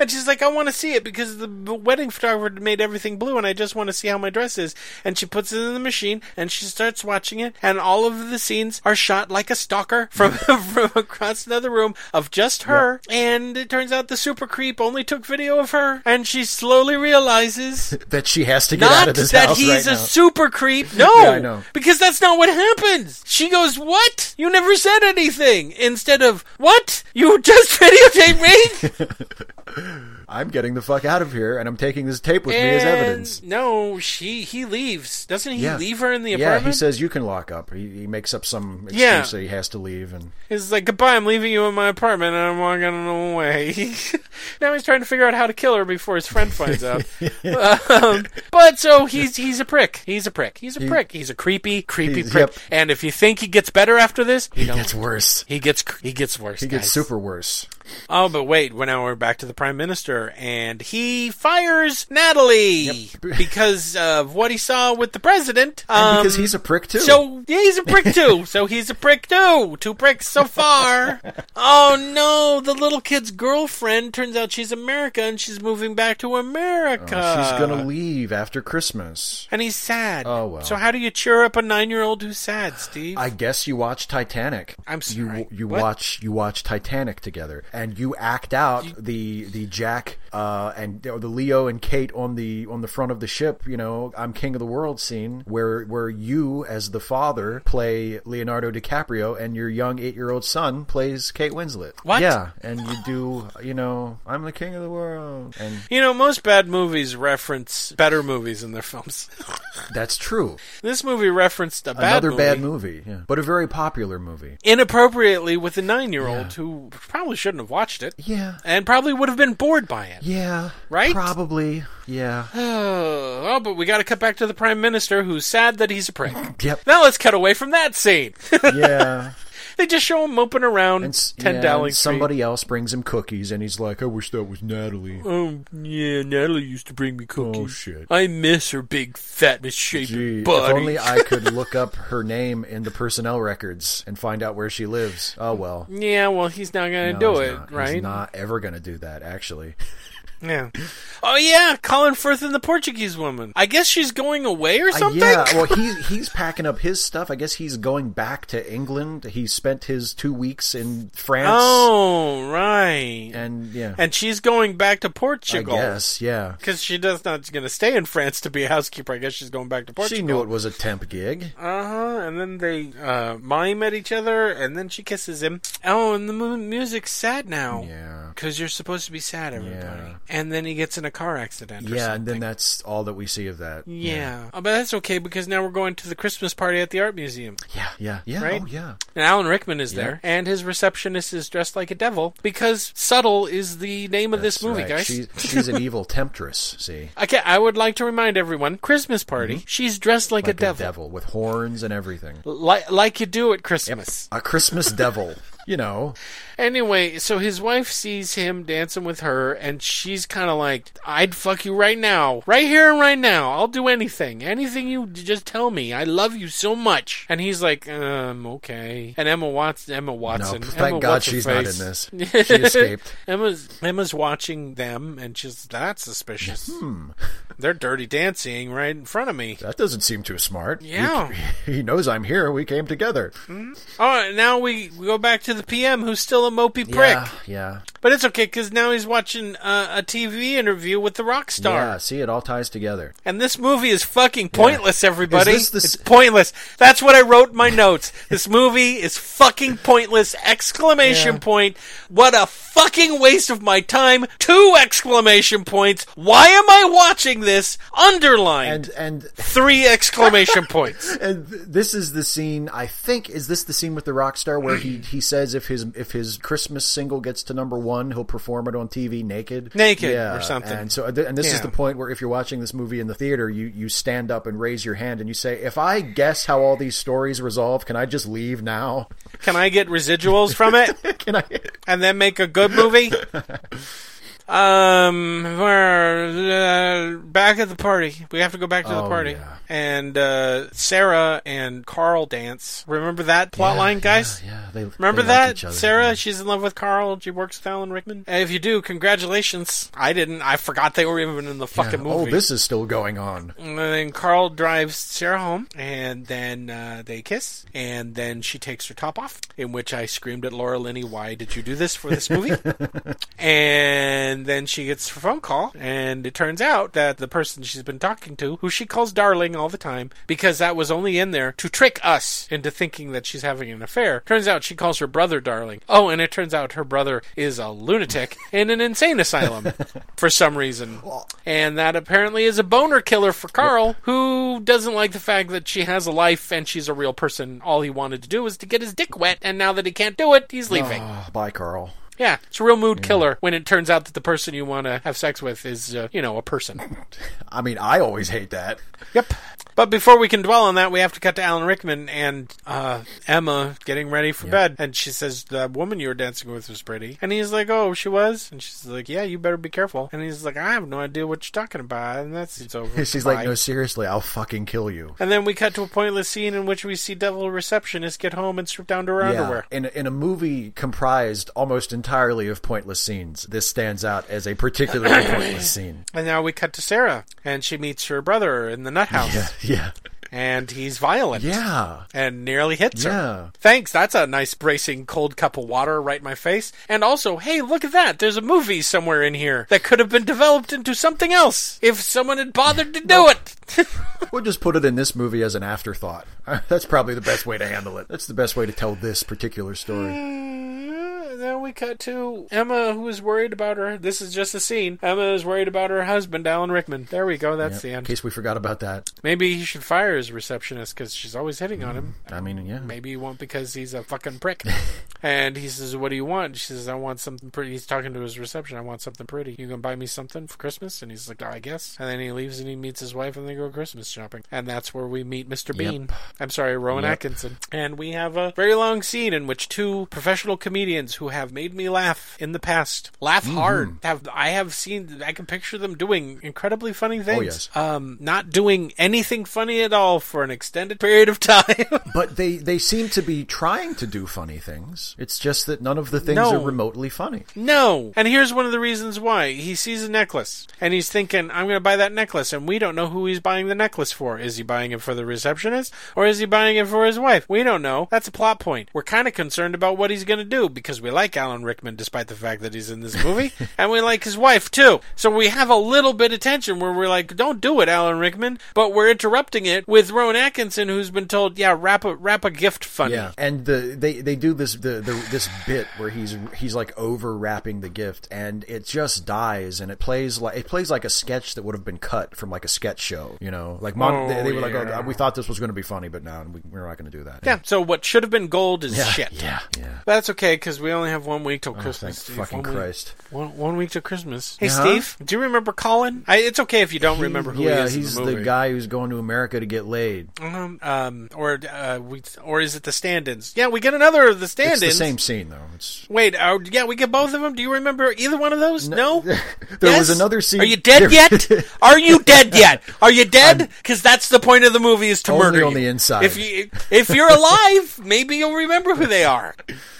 And she's like, I want to see it because the the wedding photographer made everything blue and I just want to see how my dress is. And she puts it in the machine and she starts watching it. And all of the scenes are shot like a stalker from, *laughs* from across another room of just her. And it turns out the super creep only took video of her. And she slowly realizes That she has to *laughs* get not out of this that house he's right a now. super creep. No, *laughs* Yeah, I know. because that's not what happens. She goes, "What? You never said anything." Instead of, "What? You just *laughs* videotaped me?" I'm getting the fuck out of here, and I'm taking this tape with me as And evidence. No, she he leaves. Doesn't he Yeah. leave her in the Yeah, apartment? he says you can lock up. He, he makes up some excuse Yeah. that he has to leave, and He's like, goodbye, I'm leaving you in my apartment and I'm walking away. *laughs* now he's trying to figure out how to kill her before his friend finds *laughs* out. um, but so he's he's a prick. He's a prick. He's a prick. He's a creepy, creepy He's- prick. yep. And if you think he gets better after this, he you don't. gets worse. He gets cr- he gets worse. He gets super worse. Oh, but wait, well, now we're back to the prime minister, and he fires Natalie because of what he saw with the president. And Um, because he's a prick too. so yeah, he's a prick *laughs* too. so he's a prick too. Two pricks so far. oh no, the little kid's girlfriend turns out she's America and she's moving back to America. Oh, she's uh, gonna leave after Christmas. And he's sad. Oh, well. So how do you cheer up a nine-year-old who's *sighs* sad, Steve? I guess you watch Titanic. I'm sorry, You, you what? watch you watch Titanic together, and you act out the the Jack uh, and or the Leo and Kate on the on the front of the ship. You know, I'm king of the world scene where where you as the father play Leonardo DiCaprio, and your young eight year old son plays Kate Winslet. What? Yeah, and you do you know I'm the king of the world, and you know, most bad movies reference better movies in their films. *laughs* that's true. this movie referenced a bad Another movie. bad movie, yeah. but a very popular movie. inappropriately with a nine year old who probably shouldn't have watched it Yeah. and probably would have been bored by it. Yeah. Right? Probably. Yeah. *sighs* Oh, oh, but we got to cut back to the prime minister who's sad that he's a prick. Yep. Now let's cut away from that scene. *laughs* Yeah. they just show him moping around *laughs* And s- 10 yeah, Dowling and somebody else brings him cookies, and he's like, "I wish that was Natalie." Street. Oh, yeah, Natalie used to bring me cookies. Oh, shit. I miss her big, fat, Gee, misshapen if body. only I *laughs* could look up her name in the personnel records and find out where she lives. Oh well, yeah, well, he's not going to No, do he's it, not. He's right? not ever going to do that. Actually, Yeah. Oh yeah, Colin Firth and the Portuguese woman. I guess she's going away or Uh, something. *laughs* yeah, well, he's he's packing up his stuff. I guess he's going back to England. He spent his two weeks in France. oh right. And, and yeah, she's going back to I Portugal. guess yeah. Because she does not going to stay in France to be a housekeeper. I guess she's going back to Portugal. She knew it was a temp gig. Uh huh. And then they uh, mime at each other, and then she kisses him. Oh, and the mu- music's sad now. Yeah. Because you're supposed to be sad, everybody. Yeah. And then he gets in a car accident. Or Yeah, and something. then that's all that we see of that. Yeah. Oh, but that's okay because now we're going to the Christmas party at the art museum. Yeah, yeah, yeah. Right? Oh, yeah. And Alan Rickman is there, and his receptionist is dressed like a devil because subtle is the name of this That's movie, right. guys. She's, she's an evil temptress. *laughs* See, Okay, I would like to remind everyone: Christmas party. She's dressed like, Mm-hmm. like a devil, a devil with horns and everything. Like, like you do at Christmas. A Christmas devil. *laughs* You know, Anyway, so his wife sees him dancing with her, and she's kind of like, I'd fuck you right now. Right here and right now. I'll do anything. Anything you d- just tell me. I love you so much. And he's like, um, okay. And Emma Watson. Emma no. Watson. Thank Emma God what's her she's not in face? this. *laughs* She escaped. Emma's Emma's watching them, and she's that's suspicious. Hmm. They're dirty dancing right in front of me. That doesn't seem too smart. You- Yeah. *laughs* he knows I'm here. We came together. All right, now we, we go back to the PM, who's still a mopey prick. Yeah, yeah, But it's okay because now he's watching uh, a TV interview with the rock star, yeah. See, it all ties together. and this movie is fucking pointless. Everybody, Is this the it's s- pointless. That's what I wrote in my notes. this movie is fucking pointless! Exclamation Yeah. point! What a fucking waste of my time! Two exclamation points! Why am I watching this? Underlined And and three exclamation points. and th- this is the scene. I think is this the scene with the rock star where he he says if his if his Christmas single gets to number one, he'll perform it on TV naked, Naked or something. And so and this is Yeah. the point where if you're watching this movie in the theater, you you stand up and raise your hand and you say, if I guess how all these stories resolve, can I just leave now? *laughs* Can I get residuals from it? Can I? and then make a good *laughs* movie. um, we're uh, back at the party. We have to go back to the Oh, party. yeah. And uh, Sarah and Carl dance. Remember that plot line, guys? Yeah, yeah, they Remember they like that? each other. Sarah, she's in love with Carl. She works with Alan Rickman. And if you do, congratulations. I didn't. I forgot they were even in the Yeah. fucking Oh, movie. Mm. this is still going on. And then Carl drives Sarah home, and then uh, they kiss, and then she takes her top off. In which I screamed at Laura Linney, "Why did you do this for this *laughs* movie?" and then she gets a phone call, and it turns out that the person she's been talking to, who she calls darling all the time, because that was only in there to trick us into thinking that she's having an affair. Turns out she calls her brother darling. Oh, and it turns out her brother is a lunatic *laughs* in an insane asylum for some reason. And that apparently is a boner killer for Carl, who doesn't like the fact that she has a life and she's a real person. All he wanted to do was to get his dick wet, and now that he can't do it, he's leaving. Oh, bye, Carl. Yeah, it's a real mood killer when it turns out that the person you want to have sex with is, uh, you know, a *laughs* person. I mean, I always hate that. *laughs* Yep. But before we can dwell on that, we have to cut to Alan Rickman and uh, Emma getting ready for bed. And she says, The woman you were dancing with was pretty. And he's like, Oh, she was? And she's like, Yeah, you better be careful. And he's like, I have no idea what you're talking about. And that's it's over. *laughs* She's Bye. like, no, seriously, I'll fucking kill you. And then we cut to a pointless scene in which we see Devil Receptionist get home and strip down to her underwear. In, in a movie comprised almost entirely of pointless scenes, this stands out as *coughs* a particularly *laughs* pointless scene. And now we cut to Sarah, and she meets her brother in the nut house, *laughs* Yeah, yeah, and he's violent. yeah. and nearly hits Yeah. her. Thanks, that's a nice bracing cold cup of water right in my face. And also, hey, look at that. There's a movie somewhere in here that could have been developed into something else if someone had bothered to do it. We'll just put it in this movie as an afterthought. *laughs* That's probably the best way to handle it. That's the best way to tell this particular Mm, story. Then we cut to Emma, who is worried about her. This is just a scene. Emma is worried about her husband, Alan Rickman. There we go. That's the In end. case we forgot about that, Maybe he should fire his receptionist because she's always hitting on him. I mean, yeah, Maybe he won't because he's a fucking prick. and he says, What do you want? She says, I want something pretty. He's talking to his reception. I want something pretty. You can buy me something for Christmas? And he's like, I guess. And then he leaves and he meets his wife and they go Christmas shopping. And that's where we meet Mr. Bean. I'm sorry, Rowan Atkinson. And we have a very long scene in which two professional comedians who have made me laugh in the past. Laugh hard. Have I have seen I can picture them doing incredibly funny things. yes. Um not doing anything funny at all for an extended *laughs* period of time. But they, they seem to be trying to do funny things. It's just that none of the things No. are remotely funny. No. And here's one of the reasons why. He sees a necklace and he's thinking, I'm going to buy that necklace. And we don't know who he's buying the necklace for. Is he buying it for the receptionist or is he buying it for his wife? We don't know. That's a plot point. We're kind of concerned about what he's going to do because we like Alan Rickman despite the fact that he's in this *laughs* movie. and we like his wife too. So we have a little bit of tension where we're like, don't do it, Alan Rickman. But we're interrupting it with Rowan Atkinson who's been told, yeah, wrap a, wrap a gift funny. Yeah, and the they they do this the, the this bit where he's he's like over wrapping the gift, and it just dies, and it plays like it plays like a sketch that would have been cut from like a sketch show, you know, like mon- Oh, they, they were like, yeah. oh, we thought this was going to be funny, but now we, we're not going to do that. Yeah, so what should have been gold is shit. yeah, yeah. That's okay because we only have one week till Oh, Thank Christmas. Steve. fucking one Christ. Week, one, one week till Christmas. Hey, Uh-huh. Steve, do you remember Colin? I, it's okay if you don't remember who yeah, he is. he's in the, the, movie. guy who's going to America to get laid. Um, um, or uh, we, or is it the stand-ins? Yeah, we get another of the It's stand-ins. the same scene though. It's Wait, uh, yeah, we get both of them. Do you remember either one of those? No. *laughs* there Yes? was another scene. Are you dead there- yet? *laughs* Are you dead yet? Are you dead? Because that's the point of the movie is to Only murder on you. the inside. If you if you're alive, maybe you'll remember who they are.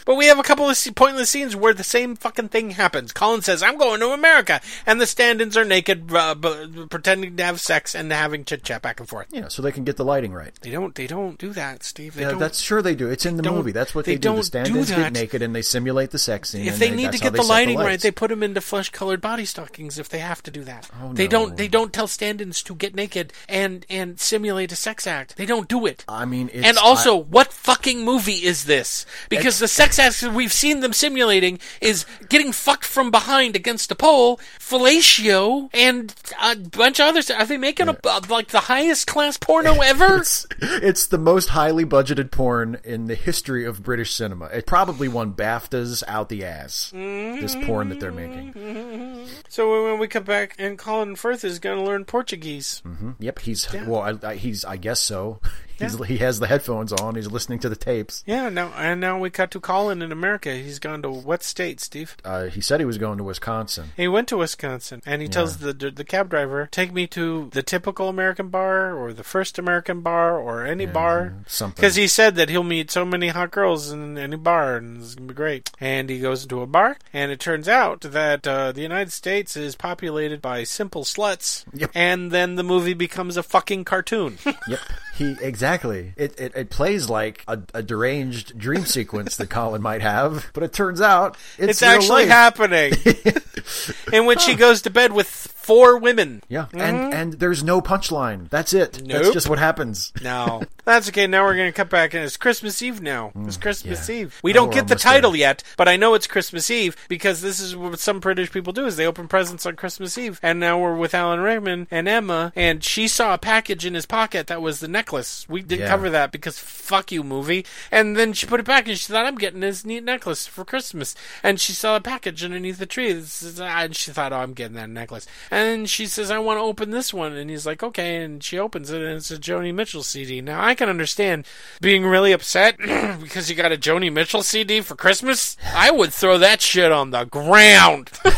But we have a couple of se- pointless scenes where the same fucking thing happens. Colin says, "I'm going to America," and the stand-ins are naked, uh, b- pretending to have sex and having chit chat back and forth. Yeah, so they can get the lighting right. They don't. They don't do that, Steve. They Yeah, don't. that's sure they do. It's in the don't- movie. That's what they they, do. don't do The stand-ins that. get naked and they simulate the sex scene. if and they need that's to how get they the set lighting right, lights. they put them into flesh-colored body stockings if they have to do that. they Oh, no. don't. They don't tell stand-ins to get naked and and simulate a sex act. They don't do it. I mean, it's, and also, what fucking movie is this? Because the sex acts that we've seen them simulating is getting fucked from behind against a pole, fellatio, and a bunch of others. Are they making a, uh, like the highest class porno ever? it's, it's the most highly budgeted porn in the history of British cinema. It probably won BAFTAs out the ass. This porn that they're making. *laughs* so when we come back, and Colin Firth is going to learn Portuguese. Yep, he's well. I, I, he's I guess so. *laughs* He's, He has the headphones on. He's listening to the tapes. Yeah, now and now we cut to Colin in America. He's gone to what state, Steve? Uh, he said he was going to Wisconsin. He went to Wisconsin, and he tells the the cab driver, "Take me to the typical American bar, or the first American bar, or any bar, something. Because he said that he'll meet so many hot girls in any bar, and it's gonna be great. And he goes into a bar, and it turns out that uh, the United States is populated by simple sluts. Yep. And then the movie becomes a fucking cartoon. Yep, he exactly. It it, it plays like a, a deranged dream sequence that Colin might have, but it turns out *laughs* it's, it's real actually life. *laughs* happening. in which he goes to bed with four women. Yeah, and and there's no punchline. That's it. That's Mm-hmm. Nope. just what happens. No, *laughs* that's okay. Now we're gonna cut back, and it's Christmas Eve now. it's Christmas Mm, yeah. Eve. We Now don't we're get the almost there. title yet, but I know it's Christmas Eve because this is what some British people do: is they open presents on Christmas Eve. And now we're with Alan Rickman and Emma, and she saw a package in his pocket that was the necklace. We didn't Yeah. cover that because fuck you, movie. And then she put it back, and she thought, "I'm getting this neat necklace for Christmas." And she saw a package underneath the tree, This is- and she thought, "Oh, I'm getting that necklace." And she says, "I want to open this one," and he's like, "Okay." And she opens it, and it's a Joni Mitchell CD. Now I can understand being really upset *clears throat* because you got a Joni Mitchell CD for Christmas. I would throw that shit on the ground. *laughs*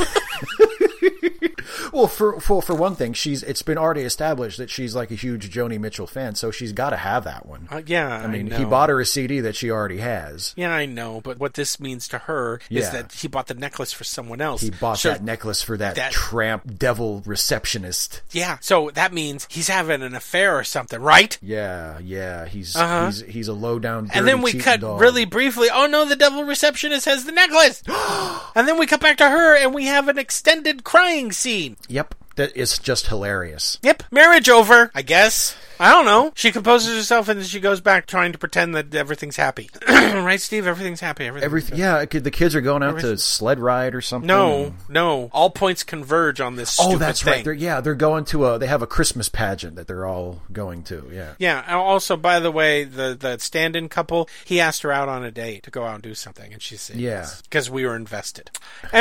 Well, for for for one thing, she's it's been already established that she's like a huge Joni Mitchell fan, so she's got to have that one. Uh, yeah, I mean, he know. bought her a CD that she already has. Yeah, I know, but what this means to her is Yeah. that he bought the necklace for someone else. He bought So- that necklace for that, that- tramp devil receptionist. Yeah. So that means he's having an affair or something, right? Yeah, yeah, he's Uh-huh. he's he's a low down. And then we cut dog. really briefly. Oh no, the devil receptionist has the necklace. *gasps* and then we cut back to her, and we have an extended crying scene. Yep, that is just hilarious. Yep, marriage over, I guess. I don't know. She composes herself, and then she goes back trying to pretend that everything's happy. *clears throat* right, Steve? Everything's happy. Everything's Everything. Yeah, it could- the kids are going out to sled ride or something. No, no. All points converge on this. Mm. Oh, stupid that's thing. right. They're, yeah, they're going to a. They have a Christmas pageant that they're all going to. Yeah. Yeah. and Also, by the way, the the stand-in couple, he asked her out on a date to go out and do something, and she said Yeah. because we were invested.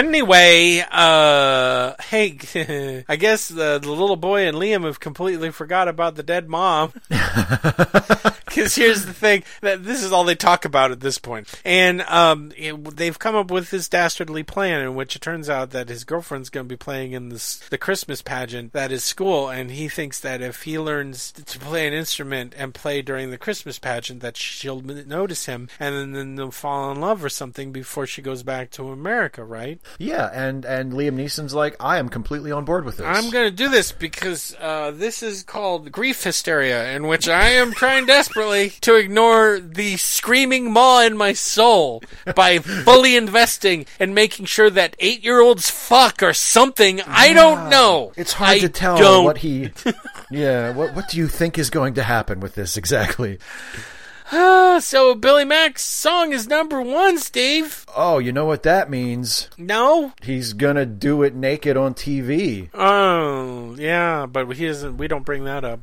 Anyway, uh, hey, *laughs* I guess the, the little boy and Liam have completely forgot about the dead mom Because here's the thing that this is all they talk about at this point, and um, it- they've come up with this dastardly plan in which it turns out that his girlfriend's going to be playing in this the Christmas pageant at his school, and he thinks that if he learns to play an instrument and play during the Christmas pageant, that she'll n- notice him, and then, then they'll fall in love or something before she goes back to America, right? Yeah, and and Liam Neeson's like, I am completely on board with this. I'm going to do this because uh, this is called grief hysteria, in which I am trying desperately to ignore the screaming maw in my soul by fully investing and making sure that eight year olds fuck or something. I don't know. It's hard I to tell don't what he. *laughs* yeah, what what do you think is going to happen with this exactly? Ah, *sighs* so Billy Mack's song is number one, Steve. Oh, you know what that means? No. He's gonna do it naked on TV. Oh, yeah, but he doesn't. We don't bring that up.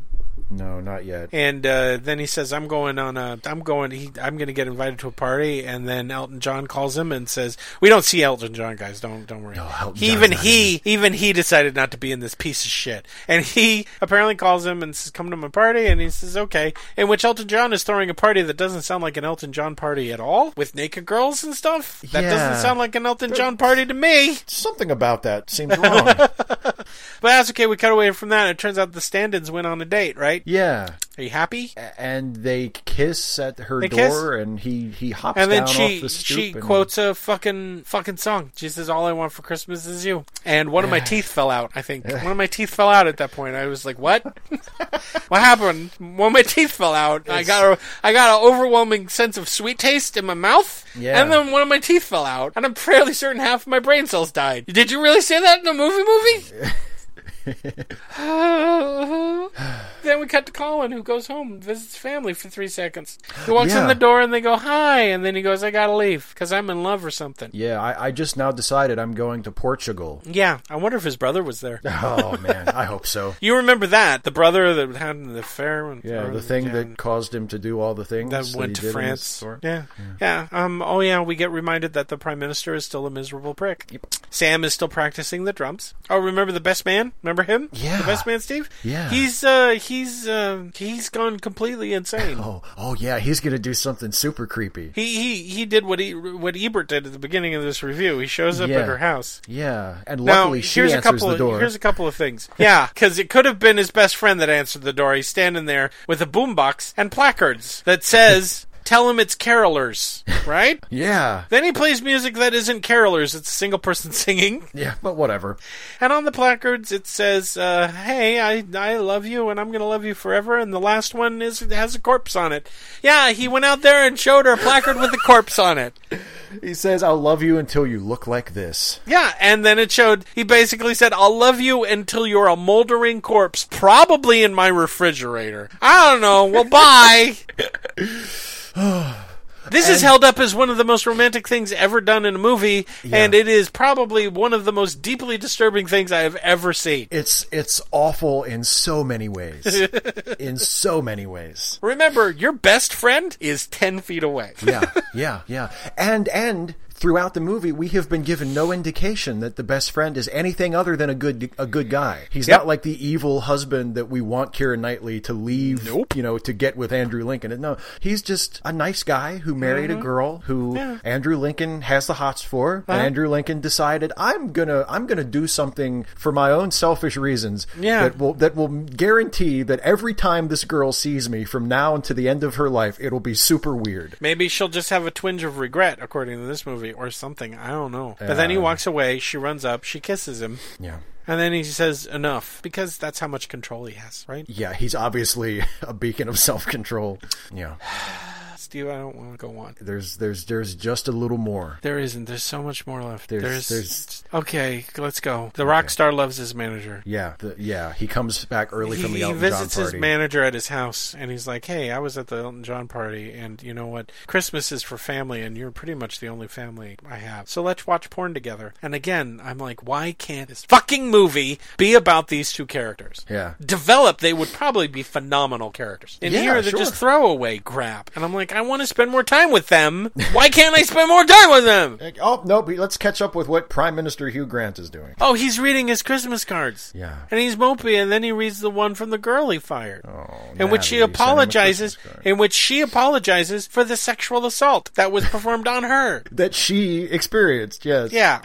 No, not yet. And uh, then he says, "I'm going on a, I'm going, he, I'm going to get invited to a party." And then Elton John calls him and says, "We don't see Elton John, guys. Don't, don't worry." Elton he, John's even not he, even he decided not to be in this piece of shit. And he apparently calls him and says, "Come to my party." And he says, "Okay." In which Elton John is throwing a party that doesn't sound like an Elton John party at all, with naked girls and stuff. That Yeah. doesn't sound like an Elton John party to me. Something about *laughs* that seems wrong. But that's okay. We cut away from that. It turns out the stand-ins went on a date, right? yeah, Are you happy? A- and they kiss at her They door, kiss? and he he hops and then down she off the stoop. she and- quotes a fucking fucking song. She says, "All I want for Christmas is you." And one of my teeth fell out. I think one of my teeth fell out at that point. I was like, *laughs* "What? what happened?" One of my teeth fell out. I got a I got an overwhelming sense of sweet taste in my mouth. Yeah. And then one of my teeth fell out, and I'm fairly certain half of my brain cells died. Did you really say that in a movie? Movie. *sighs* then we cut to Colin, who goes home, and visits family for three seconds. He walks Yeah. in the door and they go hi, and then he goes, "I gotta leave because I'm in love or something." Yeah, I, I just now decided I'm going to Portugal. Yeah, I wonder if his brother was there. Oh man, I *laughs* hope so. You remember that the brother that had the affair? And, Yeah, or- the thing yeah, that caused him to do all the things that he went did to in France. this- Yeah. yeah, Um. Oh yeah, we get reminded that the prime minister is still a miserable prick. Sam is still practicing the drums. Oh, remember the best man? Remember him? Yeah. the best man, Steve. Yeah. he's uh he's uh he's gone completely insane. *laughs* Oh, oh yeah, he's gonna do something super creepy. He, he he did what he what Ebert did at the beginning of this review. He shows up Yeah. at her house. Yeah, and Now, luckily she here's answers a couple the of, door. Here's a couple of *laughs* things. Yeah, because it could have been his best friend that answered the door. He's standing there with a boombox and placards that says, *laughs* "Tell him it's *laughs* carolers." Right. yeah, Then he plays music that isn't carolers. It's a single person *laughs* singing. yeah, but whatever. And on the placards, it says, uh, "Hey, I I love you, and I'm gonna love you forever." And the last one is has a corpse on it. Yeah, he went out there and showed her a placard with a corpse on it. He says, "I'll love you until you look like this." Yeah, and then it showed he basically said, "I'll love you until you're a moldering corpse, probably in my refrigerator." I don't know. Well, *laughs* bye. This is held up as one of the most romantic things ever done in a movie, and it is probably one of the most deeply disturbing things I have ever seen. It's it's awful in so *laughs* many ways. in so many ways. Remember, your best friend is 10 feet away. *laughs* Yeah, yeah, yeah. And and throughout the movie, we have been given no indication that the best friend is anything other than a good a good guy. He's Yep. not like the evil husband that we want Kieran Knightley to leave. Nope. You know, to get with Andrew Lincoln. No, he's just a nice guy who married Mm-hmm. a girl who Andrew Lincoln has the hots for. Uh-huh. And Andrew Lincoln decided I'm gonna I'm gonna do something for my own selfish reasons. Yeah. That will that will guarantee that every time this girl sees me from now until the end of her life, it'll be super weird. *laughs* Maybe she'll just have a twinge of regret, according to this movie, or something. I don't know. But then Uh. he walks away, she runs up, she kisses him, Yeah. and then he says, enough, because that's how much control he has, right? Yeah, he's obviously *laughs* a beacon of self control. Yeah. Steve, I don't want to go on. There's there's there's just a little more. There isn't. There's so much more left. There's- There's. there's- Okay, let's go. The rock star loves his manager. Yeah, the, yeah. He comes back early He, from the he Elton visits John his party. manager at his house, and he's like, "Hey, I was at the Elton John party, and you know what? Christmas is for family, and you're pretty much the only family I have. So let's watch porn together." And again, I'm like, "Why can't this fucking movie be about these two characters? Yeah. develop, they would probably be phenomenal characters. And Yeah, here they're sure. just throwaway crap, and I'm like, I I want to spend more time with them. Why can't I spend more time with them? Like, oh nope, let's catch up with what Prime Minister Hugh Grant is doing. Oh, he's reading his Christmas cards. Yeah. And he's mopey, and then he reads the one from the girl he fired. Oh, in which she Natalie, you sent him a apologizes. Christmas card. In which she apologizes for the sexual assault that was performed on *laughs* her. That she experienced, yes. Yeah.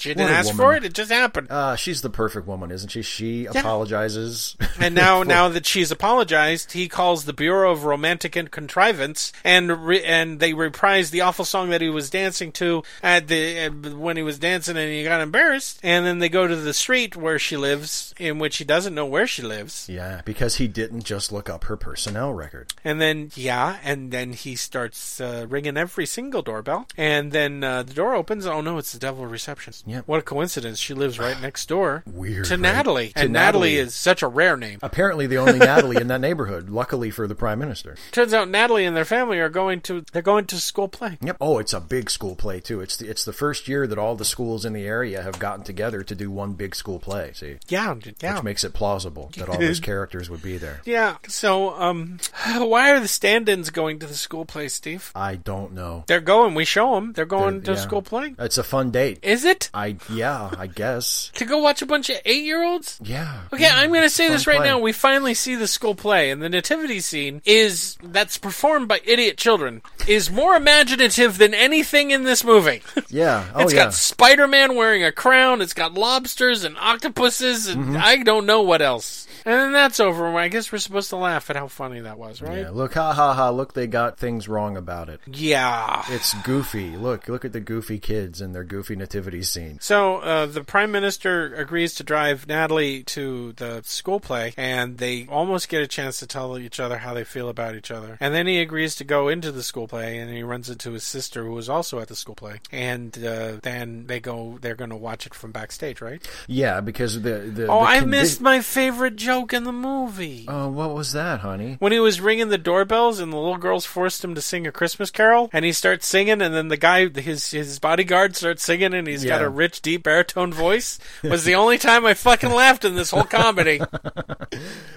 She didn't What a ask woman. for it. It just happened. Uh, she's the perfect woman, isn't she? She apologizes. *laughs* And now, now that she's apologized, he calls the Bureau of Romantic and Contrivance, and re- and they reprise the awful song that he was dancing to at the uh, when he was dancing, and he got embarrassed. And then they go to the street where she lives, in which he doesn't know where she lives. *laughs* yeah, because he didn't just look up her personnel record. And then yeah, and then he starts uh, ringing every single doorbell, and then uh, the door opens. Oh no, it's the devil receptionist. Yep. What a coincidence! She lives right next door. Weird, to right? Natalie, To and Natalie. Natalie. is such a rare name. Apparently, the only Natalie in that neighborhood. Luckily for the Prime Minister. Turns out Natalie and their family are going to they're going to school play. Yep. Oh, it's a big school play too. It's the it's the first year that all the schools in the area have gotten together to do one big school play. See, Yeah, d- yeah. which makes it plausible that all *laughs* those characters would be there. yeah. So, um, *sighs* why are the stand-ins going to the school play, Steve? I don't know. They're going. We show them. They're going to Yeah. school play. It's a fun date. Is it I yeah, I guess to go watch a bunch of eight-year-olds? yeah. Okay, I'm going to say Mm, Fun this right play. now. We finally see the school play, and the nativity scene is that's performed by idiot children is more imaginative than anything in this movie. *laughs* Yeah. Oh It's yeah. got Spider Man wearing a crown. It's got lobsters and octopuses, and Mm-hmm. I don't know what else. And then that's over. I guess we're supposed to laugh at how funny that was, right? yeah. Look, ha ha ha! Look, they got things wrong about it. Yeah. It's goofy. Look, look at the goofy kids and their goofy nativity scene. So uh, the prime minister agrees to drive Natalie to the school play, and they almost get a chance to tell each other how they feel about each other. And then he agrees to go into the school play, and he runs into his sister, who was also at the school play. And uh, then they go; they're going to watch it from backstage, right? Yeah, because the the Oh, the I condi- missed my favorite joke in the movie. Oh, what was that, honey? when he was ringing the doorbells and the little girls forced him to sing a Christmas carol, and he starts singing, and then the guy, his his bodyguard, starts singing, and he's got Yeah. a rich, deep baritone voice. was the only time I fucking laughed in this whole comedy.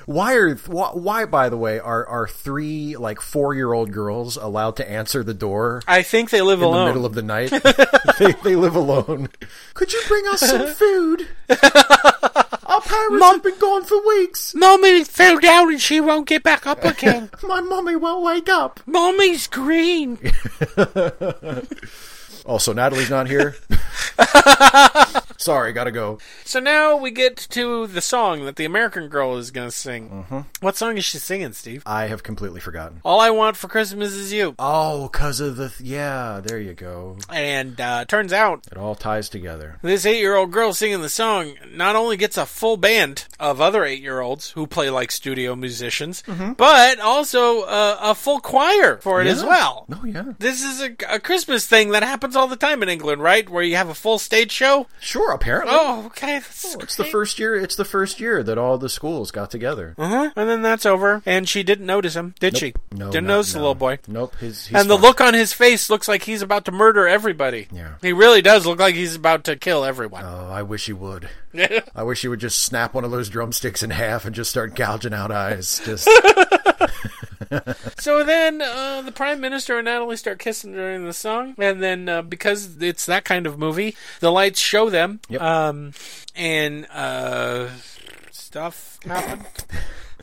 Why are why, why by the way are are three like four year old girls allowed to answer the door I think they live in alone. the middle of the night? *laughs* they, they live alone. Could you bring us some food? Our parents have been gone for weeks. Mommy fell down and she won't get back up *laughs* again. My mommy won't wake up. Mommy's green. Also, Natalie's not here. Sorry, gotta go. So now we get to the song that the American girl is going to sing. Mm-hmm. What song is she singing, Steve? I have completely forgotten. All I Want for Christmas Is You. Oh, because of the th- yeah. There you go. And uh, turns out It all ties together. This eight year old girl singing the song not only gets a full band of other eight year olds who play like studio musicians, but also uh, a full choir for it as Mm-hmm. Yeah. well. Oh yeah. This is a, a Christmas thing that happens all the time in England, right? Where you have a full stage show? Sure. Apparently. Oh, okay. that's It's the first year. It's the first year that all the schools got together. Uh-huh. And then that's over. And she didn't notice him, did she? Didn't no, notice the no. little boy. Nope. His, he's And the fine. look on his face looks like he's about to murder everybody. Yeah. He really does look like he's about to kill everyone. Oh, I wish *laughs* he would. I wish he would just snap one of those drumsticks in half and just start gouging out eyes. *laughs* Just So then uh, the prime minister and Natalie start kissing during the song, and then uh, because it's that kind of movie, the lights show them, Yep. um, and uh, stuff *laughs* happened.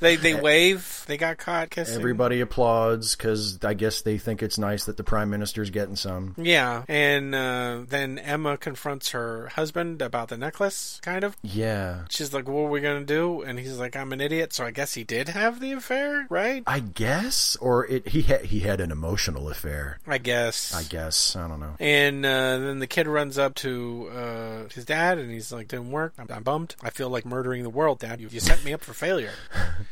they they wave. They got caught kissing. everybody applauds because I guess they think it's nice that the prime minister's getting some. yeah, and uh, then Emma confronts her husband about the necklace, kind of. Yeah. She's like, "What are we gonna do?" And he's like, "I'm an idiot." So I guess he did have the affair, right? I guess, or it, he had he had an emotional affair. I guess. I guess I don't know. And uh, then the kid runs up to uh, his dad and he's like, didn't work. I'm, I'm bummed. I feel like murdering the world, Dad. You, you set me up for failure.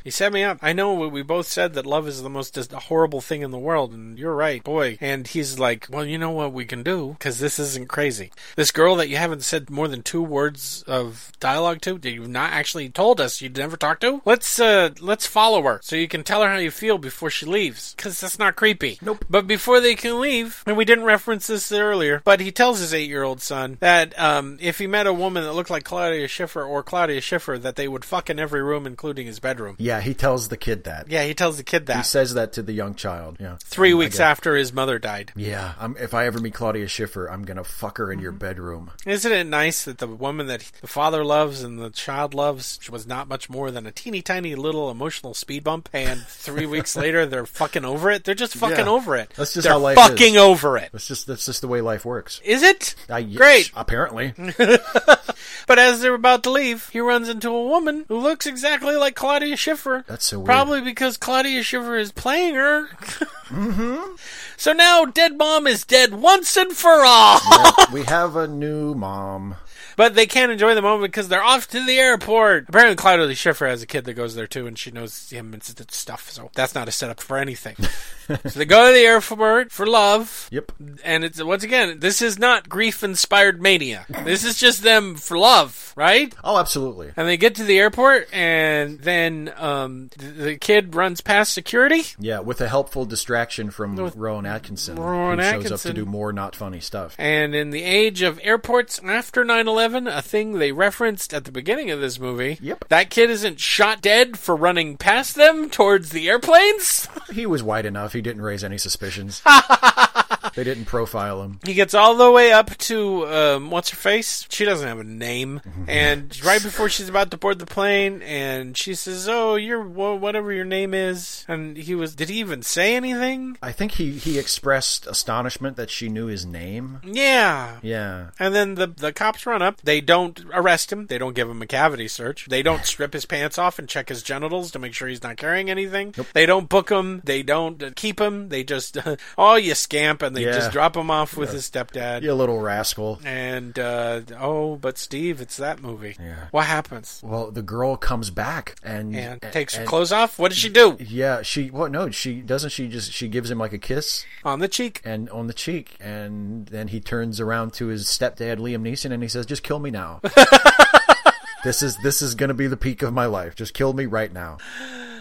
you set me up. I know we, we both said that love is the most dis- horrible thing in the world, and you're right, boy. And he's like, well, you know what we can do? Because this isn't crazy. This girl that you haven't said more than two words of dialogue to, that you've not actually told us you'd never talked to, let's, uh, let's follow her so you can tell her how you feel before she leaves. Because that's not creepy. Nope. But before they can leave, and we didn't reference this earlier, but he tells his eight-year-old son that um, if he met a woman that looked like Claudia Schiffer or Claudia Schiffer, that they would fuck in every room, including his bedroom. Yeah, he tells the kid that. Yeah, he tells the kid He that says that to the young child. Yeah. three Um, I weeks guess- after his mother died. Yeah. I'm, if I ever meet Claudia Schiffer, I'm going to fuck her in Mm-hmm. your bedroom. Isn't it nice that the woman that the father loves and the child loves was not much more than a teeny tiny little emotional speed bump, and three weeks *laughs* later they're fucking over it. They're just fucking Yeah. over it. That's just they're how life is. fucking over it. That's just, that's just the way life works. Is it I- great? *laughs* Apparently. But as they're about to leave, he runs into a woman who looks exactly like Claudia Schiffer. That's so weird. Probably because Claudia Schiffer is playing her. *laughs* mm-hmm. So now dead mom is dead once and for all. Uh, we have a new mom. But they can't enjoy the moment because they're off to the airport. Apparently, Claudia Schiffer has a kid that goes there too, and she knows him and s- stuff. So that's not a setup for anything. so they go to the airport for love. Yep. And it's once again, this is not grief-inspired mania. This is just them for love, right? Oh, absolutely. And they get to the airport, and then um, th- the kid runs past security. Yeah, with a helpful distraction from Rowan Atkinson, Rowan who shows up to Atkinson. do more not funny stuff. And in the age of airports after 9 11, a thing they referenced at the beginning of this movie, Yep. that kid isn't shot dead for running past them towards the airplanes. He was white enough; he didn't raise *laughs* any suspicions. they didn't profile him. he gets all the way up to, um, what's her face? She doesn't have a name. and right before she's about to board the plane, and she says, Oh, you're wh- whatever your name is. And he was, did he even say anything? I think he he expressed astonishment that she knew his name. Yeah. Yeah, And then the the cops run up. They don't arrest him. They don't give him a cavity search. They *laughs* don't strip his pants off and check his genitals to make sure he's not carrying anything. They don't book him. They don't uh, keep him. They just *laughs* oh you scamp, and they Yeah. just drop him off with his stepdad. you little rascal. And uh, oh, but Steve, it's that movie. Yeah. What happens? Well, the girl comes back and And takes her and- clothes off. What does she do Yeah, she. Well, no, she doesn't. She just she gives him like a kiss on the cheek? and on the cheek, and then he turns around to his stepdad Liam Neeson and he says, "Just kill *laughs* me now." this is this is gonna be the peak of my life. Just kill me right now.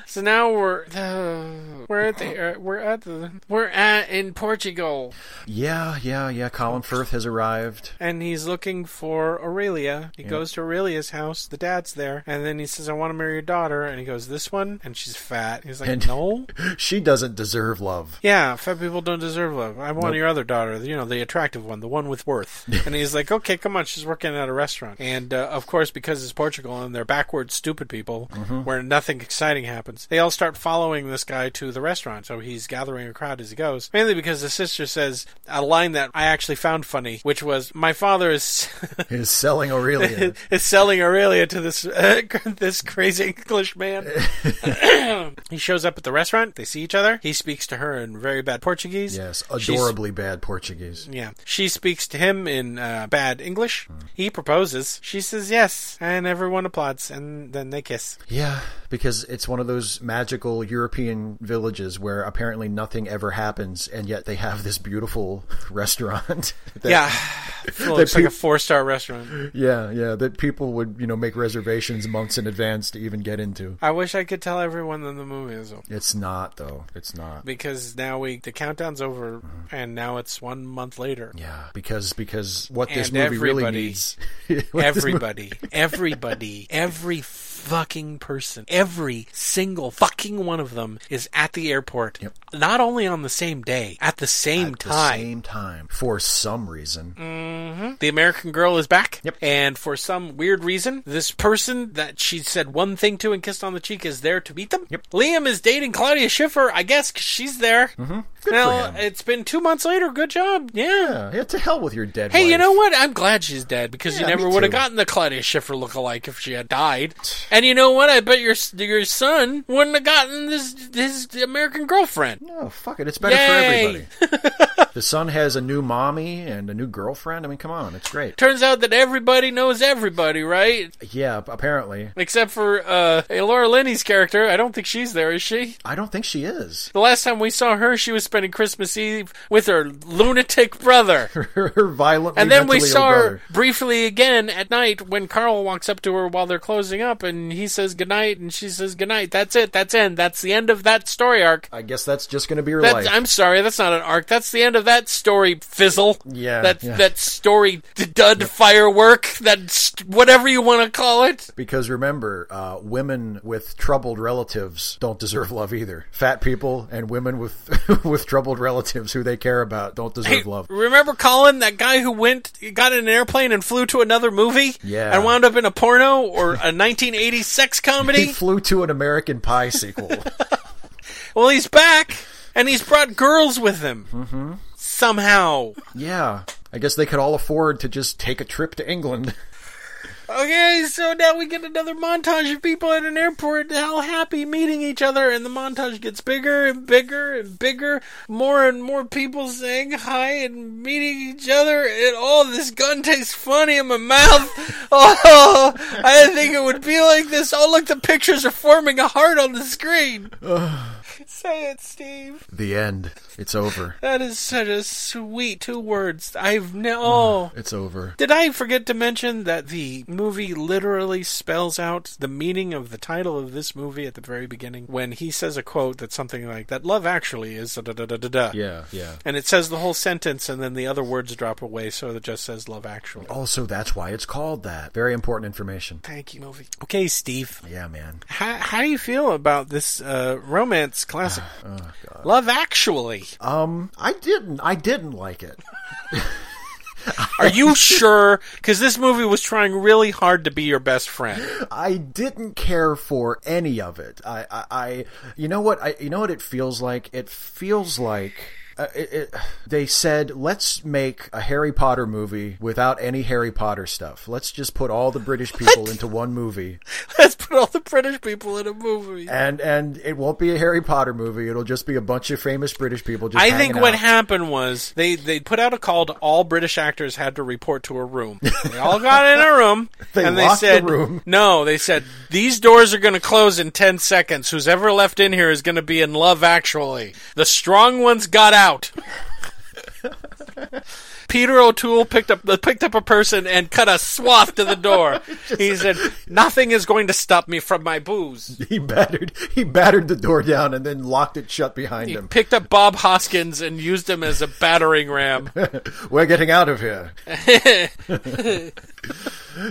So now we're *sighs* uh, we're at the uh, we're at the we're at in Portugal. Yeah, yeah, yeah. Colin Firth has arrived. and he's looking for Aurelia. He goes to Aurelia's house. The dad's there, and then he says, "I want to marry your daughter." And he goes, "This one," and she's fat. He's like, And- "No." She doesn't *laughs* deserve love. Yeah, fat people don't deserve love. I want your other daughter, you know, the attractive one, the one with worth. and he's like, okay, come on, she's working at a restaurant. And uh, of course, because it's Portugal and they're backward, stupid people, where nothing exciting happens, they all start following this guy to the restaurant. So he's gathering a crowd as he goes, mainly because the sister says a line that I actually found funny, which was, "My father is." *laughs* Is selling Aurelia. is selling Aurelia to this uh, *laughs* this crazy English *laughs* man. he shows up at the restaurant. They see each other. He speaks to her in very bad Portuguese. yes, She's- adorably bad Portuguese. yeah, she speaks to him in uh, bad English. Hmm. He proposes. She says yes, and everyone applauds, and then they kiss. Yeah, because it's one of those magical European villages where apparently nothing ever happens, and yet they have this beautiful *laughs* restaurant. *laughs* that, yeah, well, they it's like a peop- four star restaurant. yeah, yeah. That people would you know make reservations months in advance to even get into. I wish I could tell everyone that the movie is over. It's not though. It's not. Because now we the countdown's over, Hmm. and now it's one month later. Yeah, because because what this And movie really everybody- needs. *laughs* what this movie- everybody, everybody, every fucking person, every single fucking one of them is at the airport. Yep. Not only on the same day, at the same at the time. Mm. same time for some reason. The American Girl is back, Yep. and for some weird reason, this person that she said one thing to and kissed on the cheek is there to meet them. Yep. Liam is dating Claudia Schiffer, I guess, 'cause she's there. Mm-hmm. Good now for him. Uh, it's been two months later. Good job. Yeah. Yeah, yeah, to hell with your dead. Hey, you wife. know what? I'm glad she's dead because Yeah, you never me would have too. gotten the Claudia Schiffer lookalike if she had died. And you know what? I bet your your son wouldn't have gotten this his American girlfriend. No, fuck it. It's better Yay! *laughs* for everybody. the son has a new mommy and a new girlfriend. I mean, come on, it's great. Turns out that everybody knows everybody, right? Yeah, apparently. Except for uh, Laura Linney's character. I don't think she's there, is she? I don't think she is. *laughs* The last time we saw her, she was spending Christmas Eve with her lunatic brother. Her violently And then we mentally ill saw her brother. briefly again at night when Carl walks up to her while they're closing up and he says goodnight and she says goodnight. That's it. That's end. That's the end of that story arc. I guess that's just going to be her That's, life. I'm sorry, that's not an arc. That's the end of that story fizzle, Yeah, that yeah. that story d- dud firework, that st- whatever you want to call it. Because remember, uh, women with troubled relatives don't deserve love either. Fat people and women with *laughs* with troubled relatives who they care about don't deserve love. Remember Colin, that guy who went, got in an airplane and flew to another movie, Yeah. and wound up in a porno or a *laughs* 1980s sex He comedy. flew to an American Pie sequel. well, he's back, and he's brought girls with him mm-hmm. somehow. *laughs* yeah, I guess they could all afford to just take a trip to England. Okay, so now we get another montage of people at an airport, all happy, meeting each other, and the montage gets bigger and bigger and bigger. More and more people saying hi and meeting each other, and oh, this gun tastes funny in my mouth. *laughs* Oh, I didn't think it would be like this. Oh, look, the pictures are forming a heart on the *sighs* screen. Say it, Steve. *laughs* The end. It's over. That is such a sweet two words. I've no. Oh. It's over. Did I forget to mention that the movie literally spells out the meaning of the title of this movie at the very beginning when he says a quote that's something like that love actually is da da da da da da. Yeah, yeah. And it says the whole sentence and then the other words drop away so it just says love actually. Also, that's why it's called that. Very important information. Thank you, movie. Okay, Steve. Yeah, man. How, how do you feel about this uh, romance classic? Love Actually. Um, I didn't. I didn't like it. Are you sure? Because this movie was trying really hard to be your best friend. I didn't care for any of it. I, I, I you know what? I, you know what it feels like. It feels like. Uh, it, it, they said, let's make a Harry Potter movie without any Harry Potter stuff. Let's just put all the British people into one movie, *laughs* Let's put all the British people in a movie. and and it won't be a Harry Potter movie. It'll just be a bunch of famous British people. Just I think hanging what out. happened was they, they put out a call to all British actors had to report to a room. They all got in a room *laughs* They and they locked the said, room. "No, they said these doors are going to close in 10 seconds. Who's ever left in here is going to be in love actually. The strong ones got out." *laughs* Peter O'Toole picked up picked up a person and cut a swath to the *laughs* door. he said, "Nothing is going to stop me from my booze." *laughs* he battered he battered the door down and then locked it shut behind He him. picked up Bob Hoskins and used him as a battering *laughs* ram. We're getting out of here.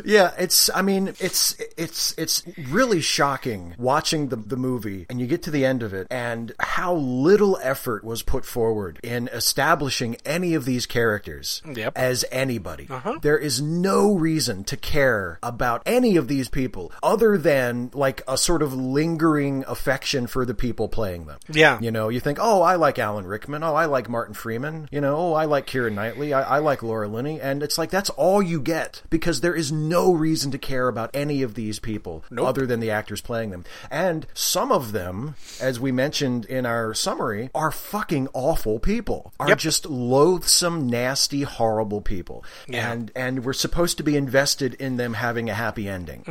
yeah, it's. I mean, it's it's it's really shocking watching the the movie, and you get to the end of it, and how little effort was put forward in establishing any of these characters Yep. as anybody. There is no reason to care about any of these people other than like a sort of lingering affection for the people playing them. Yeah. You know, you think, oh, I like Alan Rickman. Oh, I like Martin Freeman. You know, oh, I like Kieran Knightley. I, I like Laura Linney. And it's like, that's all you get because there is no reason to care about any of these people other than the actors playing them. And some of them, as we mentioned in our summary, are fucking awful people, are just loathsome, nasty, horrible people. And, and we're supposed to be invested in them having a happy ending.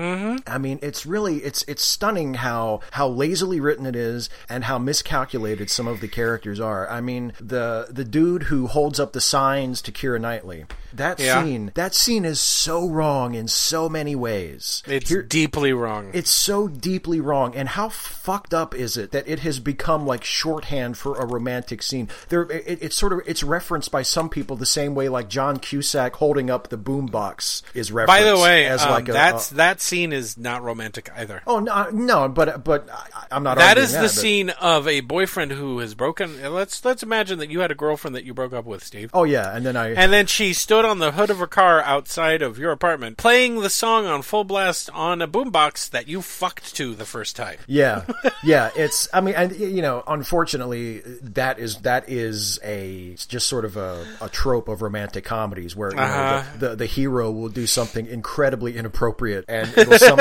I mean, it's really it's it's stunning how how lazily written it is and how miscalculated some of the characters are. I mean, the the dude who holds up the signs to Kira Knightley. That Yeah. scene, that scene is so wrong in so many ways. It's deeply wrong. It's so deeply wrong, and how fucked up is it that it has become like shorthand for a romantic scene? There, it, it's sort of it's referenced by some people the same way like John Cusack holding up the boombox is referenced. By the way, as um, like a, that's a- that scene is not romantic either. Oh no, no, but but I, I'm not. that arguing is the but- scene of a boyfriend who has broken. uh, Let's let's imagine that you had a girlfriend that you broke up with, Steve. Oh yeah, and then I. And then she stood on the hood of her car outside of your apartment, playing the song on full blast on a boombox that you fucked to the first time. *laughs* yeah, yeah. It's. I mean, and y- you know, unfortunately, that is that is a it's just sort of a, a trope of romantic comedies where you know, Uh-huh. the, the the hero will do something incredibly inappropriate and *laughs* it'll some,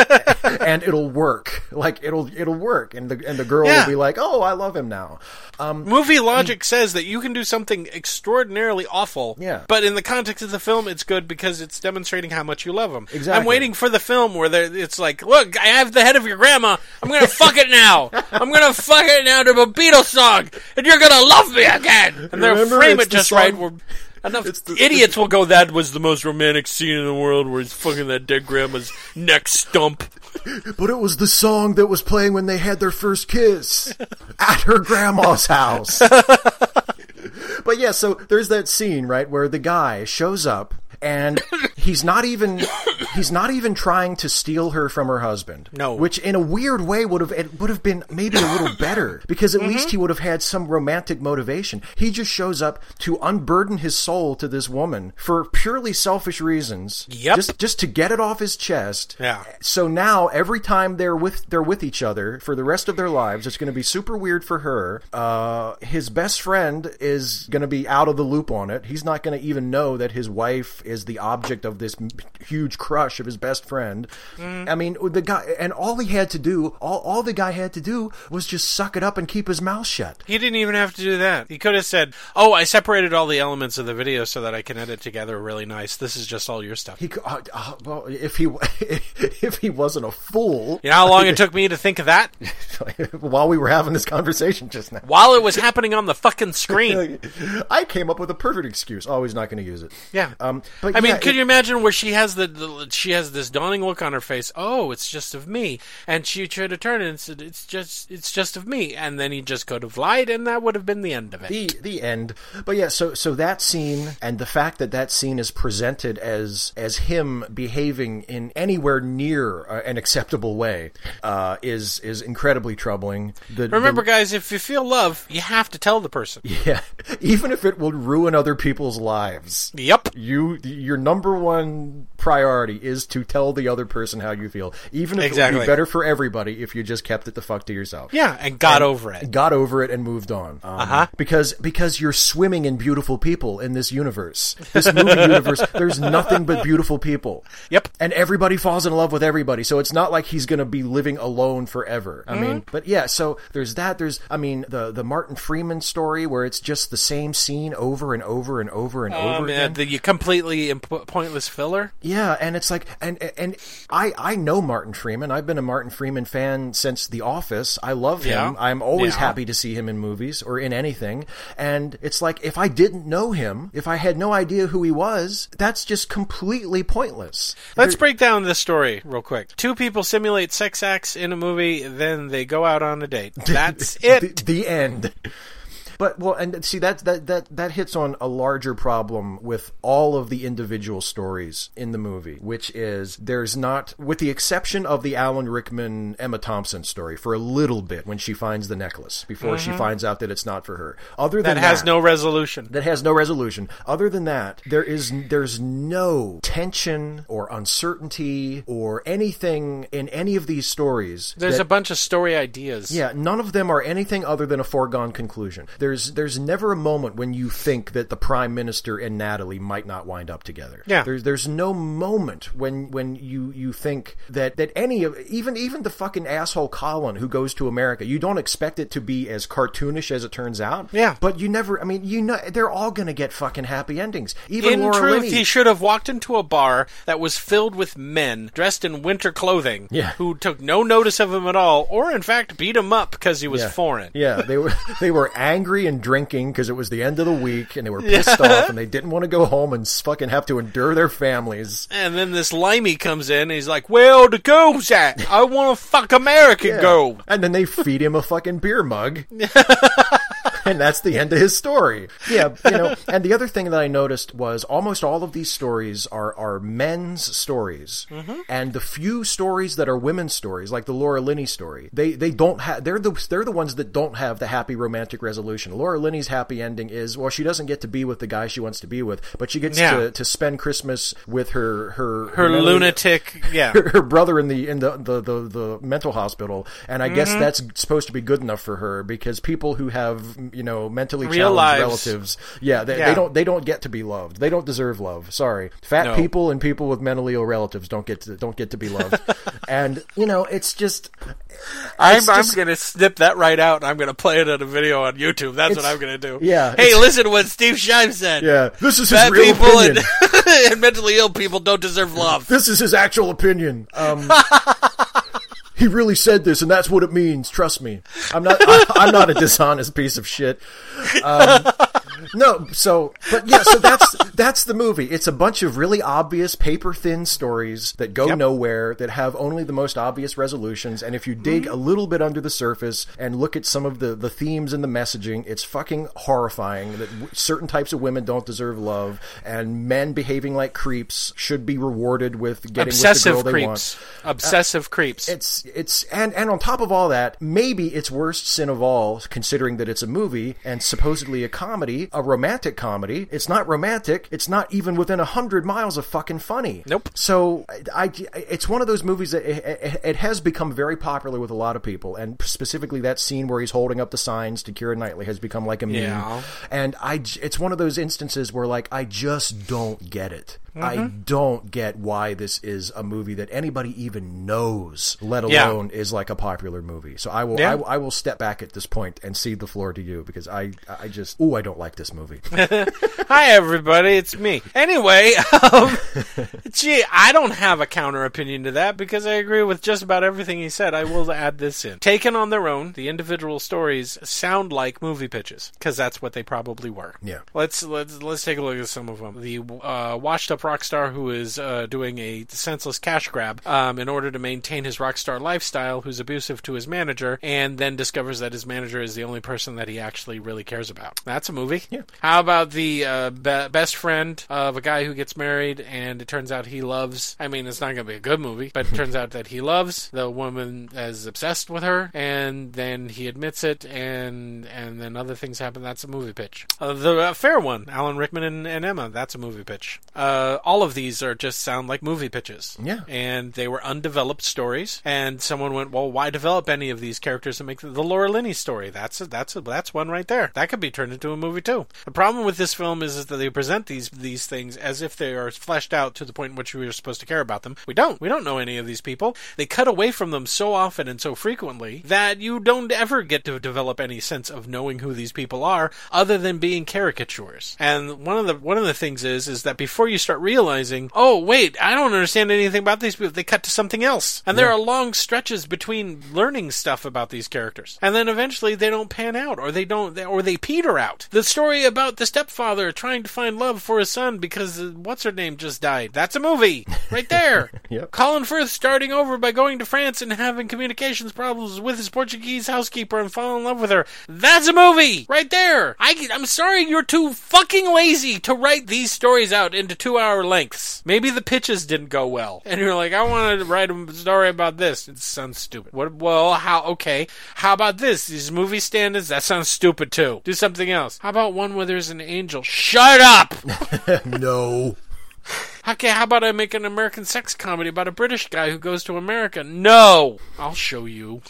and it'll work. Like it'll it'll work, and the and the girl Yeah. will be like, "Oh, I love him now." Um, Movie logic says that you can do something extraordinarily awful, Yeah. but in the context of the film, it's good because it's demonstrating how much you love them. I'm Exactly. waiting for the film where they're- it's like, look, I have the head of your grandma. I'm going to *laughs* fuck it now. I'm going to fuck it now to a Beatles song, and you're going to love me again. And they'll Remember, frame it's it the just right song- where enough the- idiots will go, that was the most romantic scene in the world where he's fucking that dead grandma's neck stump. but it was the song that was playing *laughs* when they had their first kiss at her grandma's house. But yeah, so there's that scene, right, where the guy shows up and he's not even he's not even trying to steal her from her husband. No. Which in a weird way would have it would have been maybe a little better because at Mm-hmm. least he would have had some romantic motivation. He just shows up to unburden his soul to this woman for purely selfish reasons. Yep. Just just to get it off his chest. Yeah. So now every time they're with they're with each other for the rest of their lives, it's going to be super weird for her. Uh, his best friend is going to be out of the loop on it. He's not going to even know that his wife is the object of this m- huge crush of his best friend. I mean, the guy and all he had to do, all all the guy had to do was just suck it up and keep his mouth shut. He didn't even have to do that. He could have said, "Oh, I separated all the elements of the video so that I can edit together really nice. This is just all your stuff." He, c- uh, uh, well, if he *laughs* if he wasn't a fool, you know how long it took me to think of that *laughs* while we were having this conversation just now. while it was happening on the fucking screen? *laughs* I came up with a perfect excuse. Oh, he's not going to use it. Yeah. Um, but I mean, yeah, could it- you imagine where she has the, the she has this dawning look on her face? Oh, it's just of me, and she tried to turn and said, "It's just, it's just of me," and then he just could have lied, and that would have been the end of it. the the end. But yeah, so so that scene and the fact that that scene is presented as as him behaving in anywhere near uh, an acceptable way uh, is is incredibly troubling. The, the- Remember, guys, if you feel love, you have to tell the person. *laughs* yeah, even if it will ruin other people's lives. Yep. You, your number one priority is to tell the other person how you feel, even if it would Exactly. be better for everybody if you just kept it the fuck to yourself. Yeah, and got over it. got over it and moved on. uh-huh. Because because you're swimming in beautiful people in this universe, this movie universe. There's nothing but beautiful people. Yep. And everybody falls in love with everybody, so it's not like he's going to be living alone forever. I mean, but yeah. So there's that. There's I mean the the Martin Freeman story where it's just the same scene over and over and over and over Um, again. and the you completely imp- pointless filler. Yeah, and it's like, and and I I know Martin Freeman. I've been a Martin Freeman fan since The Office. I love him. Yeah. I'm always Yeah. happy to see him in movies or in anything. And it's like if I didn't know him, if I had no idea who he was, that's just completely pointless. Let's break down this story real quick. Two people simulate sex acts in a movie, then they go out on a date. That's the, it. the end. But well, and see that that that that hits on a larger problem with all of the individual stories in the movie, which is there's not, with the exception of the Alan Rickman Emma Thompson story for a little bit when she finds the necklace before she finds out that it's not for her. Other than Mm-hmm. That has that- no resolution. that has no resolution. Other than that, there is there's no tension or uncertainty or anything in any of these stories. There's that- a bunch of story ideas. yeah, none of them are anything other than a foregone conclusion. There's there's never a moment when you think that the prime minister and Natalie might not wind up together. Yeah. There's there's no moment when when you you think that that any of even even the fucking asshole Colin who goes to America, you don't expect it to be as cartoonish as it turns out. Yeah. But you never I mean, you know they're all going to get fucking happy endings. Even In Laura truth, Linney. he should have walked into a bar that was filled with men dressed in winter clothing Yeah. who took no notice of him at all, or in fact beat him up because he was Yeah. foreign. Yeah, they were *laughs* they were angry and drinking because it was the end of the week, and they were pissed off, and they didn't want to go home and s- fucking have to endure their families. And then this limey comes in and he's like, Well, the girl's at? I want to fuck American Yeah. girl. And then they feed him a fucking beer *laughs* mug. and that's the end of his story. Yeah, *laughs* you know. And the other thing that I noticed was almost all of these stories are are men's stories, Mm-hmm. and the few stories that are women's stories, like the Laura Linney story, they they don't have they're the they're the ones that don't have the happy romantic resolution. Laura Linney's happy ending is well, she doesn't get to be with the guy she wants to be with, but she gets Yeah. to, to spend Christmas with her her Her mentally- lunatic, yeah. *laughs* her, her brother in the in the, the, the, the mental hospital, and I Mm-hmm. guess that's supposed to be good enough for her because people who have you know mentally Real challenged lives. relatives, yeah they, Yeah. they don't they don't get to be loved. They don't deserve love. Sorry, fat No. people and people with mentally ill relatives don't get to, don't get to be *laughs* loved. and you know it's just I'm, It's I'm just- gonna snip that right out and I'm gonna play it on a video on YouTube. That's what It's- I'm gonna do. yeah, Hey, it's- listen to what Steve Shive said. yeah this is his Fat real people opinion. and, *laughs* and mentally ill people don't deserve love. this is his actual opinion. Um, *laughs* he really said this, and that's what *laughs* it means. Trust me. I'm not. I, I'm not a dishonest piece of shit. Um, No, so but yeah, so that's that's the movie. It's a bunch of really obvious paper thin stories that go nowhere that have only the most obvious resolutions and if you dig a little bit under the surface and look at some of the the themes and the messaging, it's fucking horrifying that w- certain types of women don't deserve love and men behaving like creeps should be rewarded with getting Obsessive with the girl they want. creeps. Obsessive creeps. It's it's and and on top of all that, maybe its worst sin of all, considering that it's a movie and supposedly a comedy, a romantic comedy. It's not romantic. It's not even within a hundred miles of fucking funny. Nope. So I, I- it's one of those movies that it, it, it has become very popular with a lot of people, and specifically that scene where he's holding up the signs to Kira Knightley has become like a meme. Yeah. And I, j- it's one of those instances where like I just don't get it. I Mm-hmm. don't get why this is a movie that anybody even knows, let Yeah. alone is like a popular movie. So I will, Yeah. I, will- I will step back at this point and cede the floor to you because I, I just, ooh, I don't like this *laughs* movie. Hi, everybody. It's me. Anyway, *laughs* um, gee, I don't have a counter opinion to that because I agree with just about everything he said. I will add this in. Taken on their own, the individual stories sound like movie pitches because that's what they probably were. Yeah. Let's let's let's take a look at some of them. The uh, washed-up rock star who is uh, doing a senseless cash grab um, in order to maintain his rock star lifestyle, who's abusive to his manager, and then discovers that his manager is the only person that he actually really cares about. That's a movie. Yeah. How about the uh, be- best friend of a guy who gets married, and it turns out he loves? I mean, it's not going to be a good movie, but it turns out that he loves the woman as obsessed with her, and then he admits it, and and then other things happen. That's a movie pitch. Uh, the uh, fair one, Alan Rickman and, and Emma. That's a movie pitch. Uh, all of these are just sound like movie pitches. Yeah. and they were undeveloped stories, and someone went, well, why develop any of these characters and make the, the Laura Linney story? That's a, that's a, that's one right there. That could be turned into a movie too. The problem with this film is, is that they present these these things as if they are fleshed out to the point in which we are supposed to care about them. We don't. We don't know any of these people. They cut away from them so often and so frequently that you don't ever get to develop any sense of knowing who these people are other than being caricatures. And one of the one of the things is is that before you start realizing, oh wait, I don't understand anything about these people, they cut to something else. And there are long stretches between learning stuff about these characters. And then eventually they don't pan out or they don't they- or they peter out. The story about the stepfather trying to find love for his son because uh, what's her name just died. That's a movie right there. Yep. Colin Firth starting over by going to France and having communications problems with his Portuguese housekeeper and falling in love with her. That's a movie right there. I, I'm sorry, you're too fucking lazy to write these stories out into two hour lengths. Maybe the pitches didn't go well, and you're like, I want to write a story about this. It sounds stupid. What? Well, how? Okay, how about this? These movie standards. That sounds stupid too. Do something else. How about one where there's an angel? Shut up. no. Okay, how about I make an American sex comedy about a British guy who goes to America? No! I'll show you.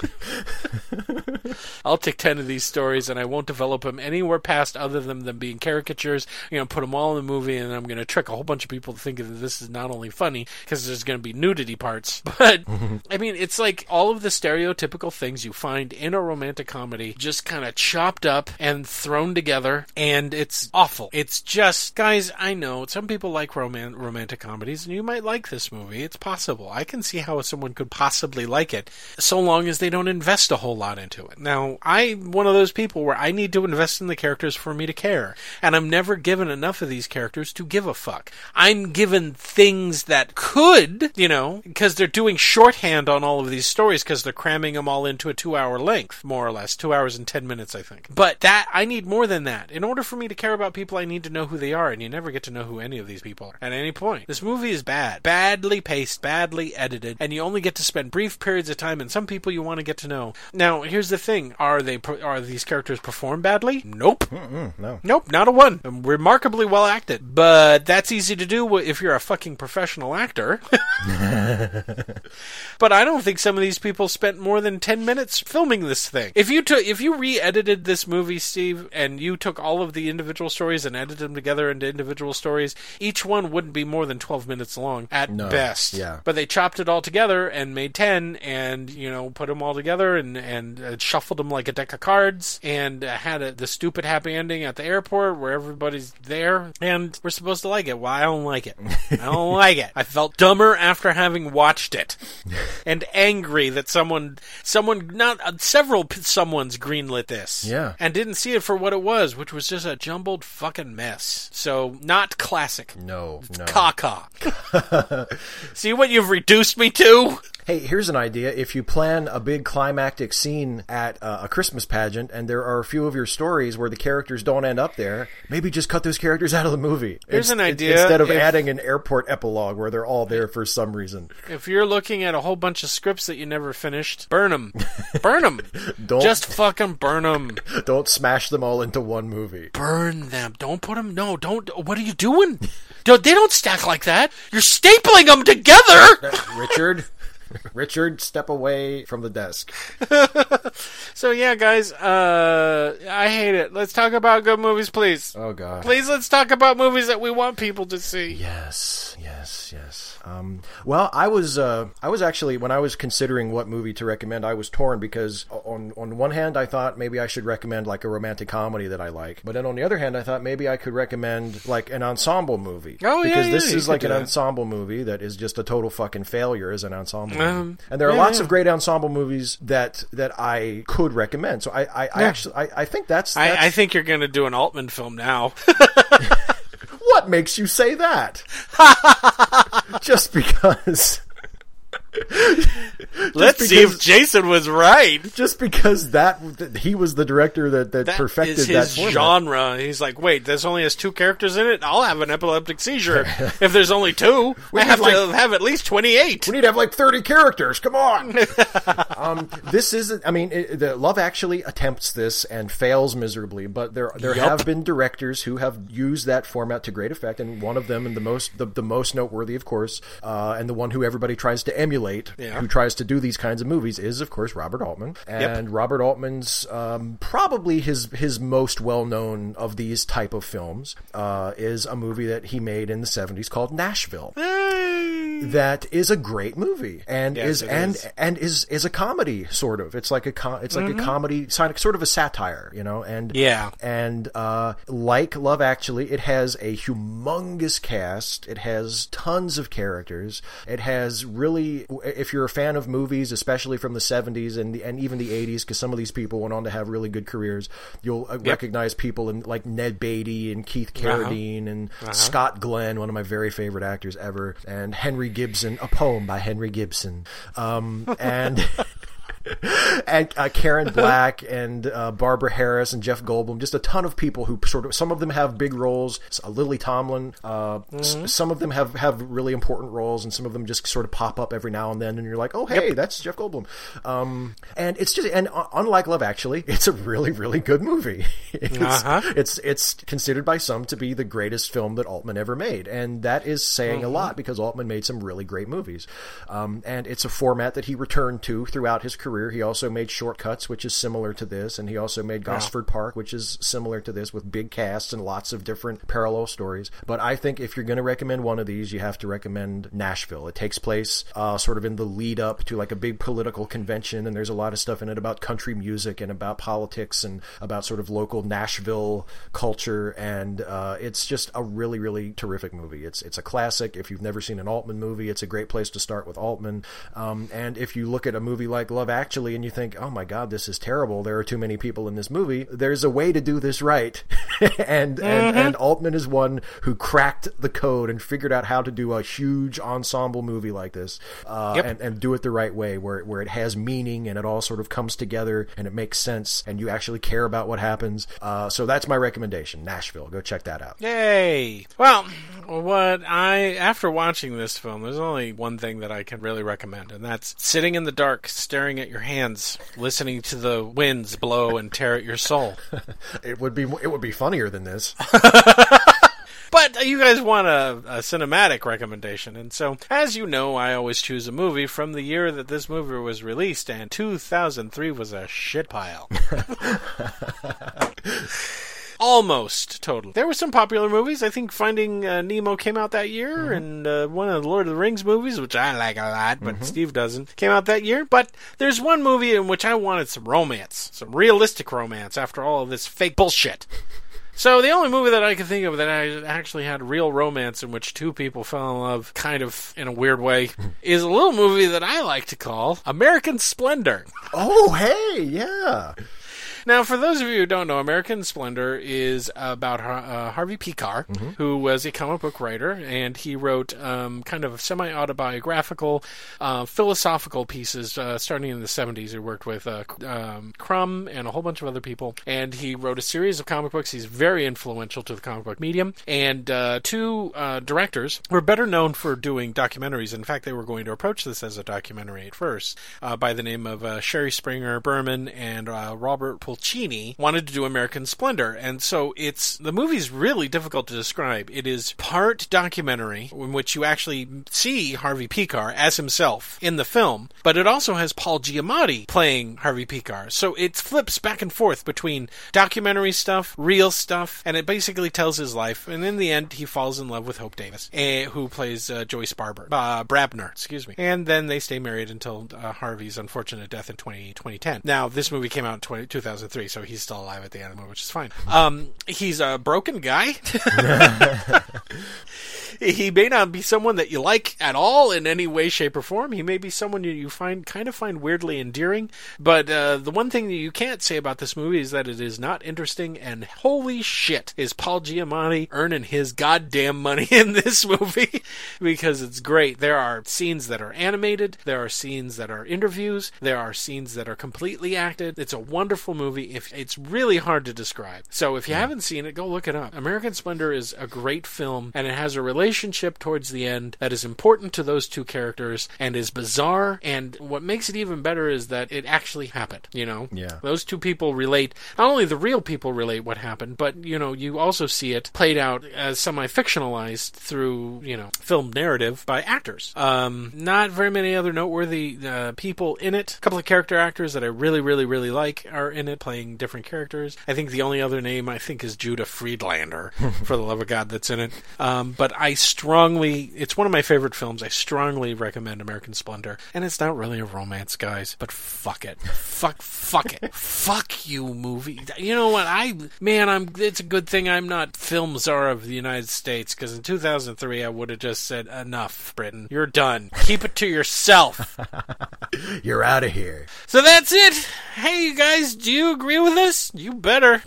I'll take 10 of these stories and I won't develop them anywhere past other than them being caricatures. You know, put them all in the movie and I'm going to trick a whole bunch of people to thinking that this is not only funny because there's going to be nudity parts, *laughs* but I mean, it's like all of the stereotypical things you find in a romantic comedy just kind of chopped up and thrown together and it's awful. It's just guys, I know some people like roman- romantic comedies and you might like this movie. It's possible. I can see how someone could possibly like it so long as they don't invest a whole lot into it. Now, I'm one of those people where I need to invest in the characters for me to care, and I'm never given enough of these characters to give a fuck. I'm given things that could, you know, because they're doing shorthand on all of these stories because they're cramming them all into a two hour length, more or less. Two hours and ten minutes, I think. But that, I need more than that. In order for me to care about people, I need to know who they are, and you never get to know who any of these people are at any point. This movie is bad, badly paced, badly edited, and you only get to spend brief periods of time, and some people you want to get to know. Now, here's the thing: are they per- are these characters performed badly? Nope. no. Nope, not a one. Um, Remarkably well acted, but that's easy to do wi- if you're a fucking professional actor. *laughs* but I don't think some of these people spent more than 10 minutes filming this thing. If you took if you re-edited this movie, Steve, and you took all of the individual stories and edited them together into individual stories, each one wouldn't be more more than 12 minutes long at No, best. yeah. But they chopped it all together and made 10 and, you know, put them all together and, and uh, shuffled them like a deck of cards and uh, had a, the stupid happy ending at the airport where everybody's there and we're supposed to like it. Well, I don't like it. I don't like it. I felt dumber after having watched it and angry that someone, someone, not uh, several p- someone's greenlit this. Yeah. And didn't see it for what it was, which was just a jumbled fucking mess. So, not classic. No, no. Caca. *laughs* See what you've reduced me to? Hey, here's an idea. If you plan a big climactic scene at uh, a Christmas pageant and there are a few of your stories where the characters don't end up there, maybe just cut those characters *laughs* out of the movie. Here's an idea. Instead of If- adding an airport epilogue where they're all there for some reason. If you're looking at a whole bunch of scripts that you never finished, burn them. Burn *laughs* them. Don't- Just fucking burn them. Don't smash them all into one movie. Burn them. Don't put them. No, don't. What are you doing? Don't- They don't stack like that. You're stapling them *laughs* together. Richard, *laughs* Richard, step away from the desk. So yeah, guys. Uh, I hate it. Let's talk about good movies, please. Oh God. Please, let's talk about movies that we want people to see. Yes, yes, yes. Um, well, I was, uh, I was actually when I was considering what movie to recommend, I was torn because uh, on on one hand I thought maybe I should recommend like a romantic comedy that I like, but then on the other hand I thought maybe I could recommend like an ensemble movie. Oh, yeah, because yeah, this you is could like do an that. ensemble movie that is just a total fucking failure as an ensemble. movie. Um, and there are yeah, lots yeah. of great ensemble movies that that I could recommend. So I, I, I actually I, I think that's, that's I, I think you're going to do an Altman film *laughs* now. What makes you *laughs* say that? Just because Let's see if because- Jason was right. just because that, that he was the director that that, That perfected is that his format. genre. He's like, wait, this only has two characters in it. I'll have an epileptic seizure *laughs* if there's only *laughs* two. I need have to like- have at least twenty-eight. We need to have like thirty characters. *laughs* Come on. um, this isn't. I mean, it, the Love Actually attempts this and fails miserably. But there there Yup. have been directors who have used that format to great effect, and one of them, and the most the, the most noteworthy, of course, uh, and the one who everybody tries to emulate, Yeah. who tries to do these kinds of movies, is of course Robert Altman. And Robert Altman's um, probably his his most well known of these type of films uh, is a movie that he made in the seventies called Nashville that is a great movie and Yes, is it and is. Mm-hmm. and is is a comedy sort of it's like a com- it's like a comedy sort of- sort of a satire you know *laughs* and Yeah. and uh like love actually it has a humongous cast it has tons of characters it has really if you're a fan of movies especially from the 70s and the, and even the 80s cuz some of these people went on to have really good careers you'll uh recognize people in like Ned Beatty and Keith Carradine and Scott Glenn one of my very favorite actors ever and Henry Gibson a poem by Henry Gibson um and and uh, Karen Black and uh, Barbara Harris and Jeff Goldblum, just a ton of people who sort of some of them have big roles. S- Uh, Lily Tomlin, uh, s- some of them have have really important roles, and some of them just sort of pop up every now and then, and you're like, oh hey, that's Jeff Goldblum. Um, and it's just and uh, unlike Love Actually, it's a really really good movie. *laughs* it's, Uh-huh. it's it's considered by some to be the greatest film that Altman ever made, and that is saying a lot because Altman made some really great movies, um, and it's a format that he returned to throughout his career. He also made Shortcuts, which is similar to this, and he also made Gosford Park, which is similar to this, with big casts and lots of different parallel stories. But I think if you're going to recommend one of these, you have to recommend Nashville. It takes place uh, sort of in the lead up to like a big political convention, and there's a lot of stuff in it about country music and about politics and about sort of local Nashville culture. And uh, it's just a really, really terrific movie. It's it's a classic. If you've never seen an Altman movie, it's a great place to start with Altman. Um, and if you look at a movie like Love Actually and you think, oh my God, this is terrible. There are too many people in this movie. There's a way to do this right. *laughs* and, and and Altman is one who cracked the code and figured out how to do a huge ensemble movie like this. Uh, Yep. and, and do it the right way where where it has meaning and it all sort of comes together and it makes sense and you actually care about what happens. Uh, so that's my recommendation. Nashville, go check that out. Yay! Well, what I after watching this film, there's only one thing that I can really recommend, and that's sitting in the dark, staring at your hands, listening to the winds blow and tear at your soul. It would be it would be funnier than this. But you guys want a, a cinematic recommendation, and so as you know, I always choose a movie from the year that this movie was released, and 2003 was a shit pile. almost totally. There were some popular movies. I think Finding uh, Nemo came out that year, and uh, one of the Lord of the Rings movies, which I like a lot, but Steve doesn't, came out that year. But there's one movie in which I wanted some romance, some realistic romance after all of this fake bullshit. So the only movie that I could think of that I actually had real romance in which two people fell in love, kind of in a weird way, is a little movie that I like to call American Splendor. Oh, hey, yeah. Now, for those of you who don't know, American Splendor is about Har- uh, Harvey Picar, who was a comic book writer, and he wrote um, kind of semi autobiographical, uh, philosophical pieces uh, starting in the 70s. He worked with uh, um, Crumb and a whole bunch of other people, and he wrote a series of comic books. He's very influential to the comic book medium. And uh, two uh, directors were better known for doing documentaries. In fact, they were going to approach this as a documentary at first uh, by the name of uh, Sherry Springer Berman and uh, Robert Pulcini wanted to do American Splendor. And so it's the movie's really difficult to describe. It is part documentary in which you actually see Harvey Picar as himself in the film, but it also has Paul Giamatti playing Harvey Picar. So it flips back and forth between documentary stuff, real stuff, and it basically tells his life. And in the end, he falls in love with Hope Davis, eh, who plays uh, Joyce Barber, uh, Brabner, excuse me. And then they stay married until uh, Harvey's unfortunate death in 20, 2010. Now, this movie came out in 20, 2003, so he's still alive at the end of the movie, which is fine. Um, he's a broken guy. *laughs* he may not be someone that you like at all in any way, shape, or form. He may be someone you- you find kind of find weirdly endearing. But uh, the one thing that you can't say about this movie is that it is not interesting. And holy shit, is Paul Giamatti earning his goddamn money *laughs* in this movie? because it's great. There are scenes that are animated. There are scenes that are interviews. There are scenes that are completely acted. It's a wonderful movie. If it's really hard to describe, so if you haven't seen it, go look it up. American Splendor is a great film, and it has a relationship towards the end that is important to those two characters and is bizarre. And what makes it even better is that it actually happened. You know, Yeah. those two people relate. Not only the real people relate what happened, but you know, you also see it played out as semi-fictionalized through you know film narrative by actors. Um, not very many other noteworthy uh, people in it. A couple of character actors that I really, really, really like are in it, playing different characters. I think the only other name I think is Judah Friedlander, for the love of God, that's in it. Um, but I strongly, it's one of my favorite films. I strongly recommend American Splendor, and it's not really a romance, guys. But fuck it, fuck, fuck it, fuck you, movie. You know what? I man, I'm. It's a good thing I'm not film czar of the United States because in 2003 I would have just said enough, Britain. You're done. Keep it to yourself. You're out of here. so that's it. Hey, you guys, do you agree with us? You better.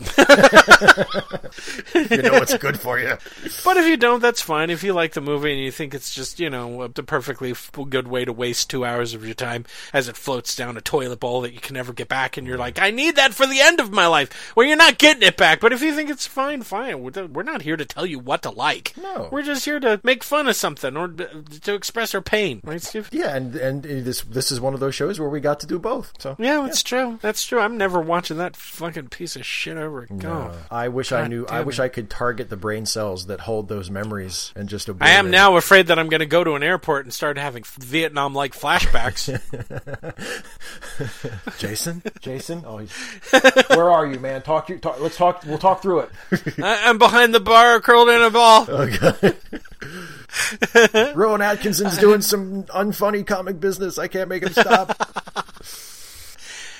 You know what's good for you. But if you don't, that's fine. If you like the movie and you think it's just, you know, a the perfectly f- good way to waste two hours of your time as it floats down a toilet bowl that you can never get back, and you're like, I need that for the end of my life. Well, you're not getting it back. But if you think it's fine, fine. We're we're not here to tell you what to like. No. We're just here to make fun of something or uh, to express our pain. Right, Steve? *laughs* Yeah, and and uh, this this is one of those shows where we got to do both. So Yeah, that's true. That's true. I'm never watching that fucking piece of shit over again. I wish I knew. I wish I could target the brain cells that hold those memories and just. I am obliterate now afraid that I'm going to go to an airport and start having Vietnam-like flashbacks. it. Jason. Jason. Oh, he's *laughs* Where are you, man? Talk you. Talk, let's talk. We'll talk through it. I- I'm Uh, behind the bar, curled in a ball. *laughs* Uh. Rowan Atkinson's doing some unfunny comic business. I can't make him *laughs* stop.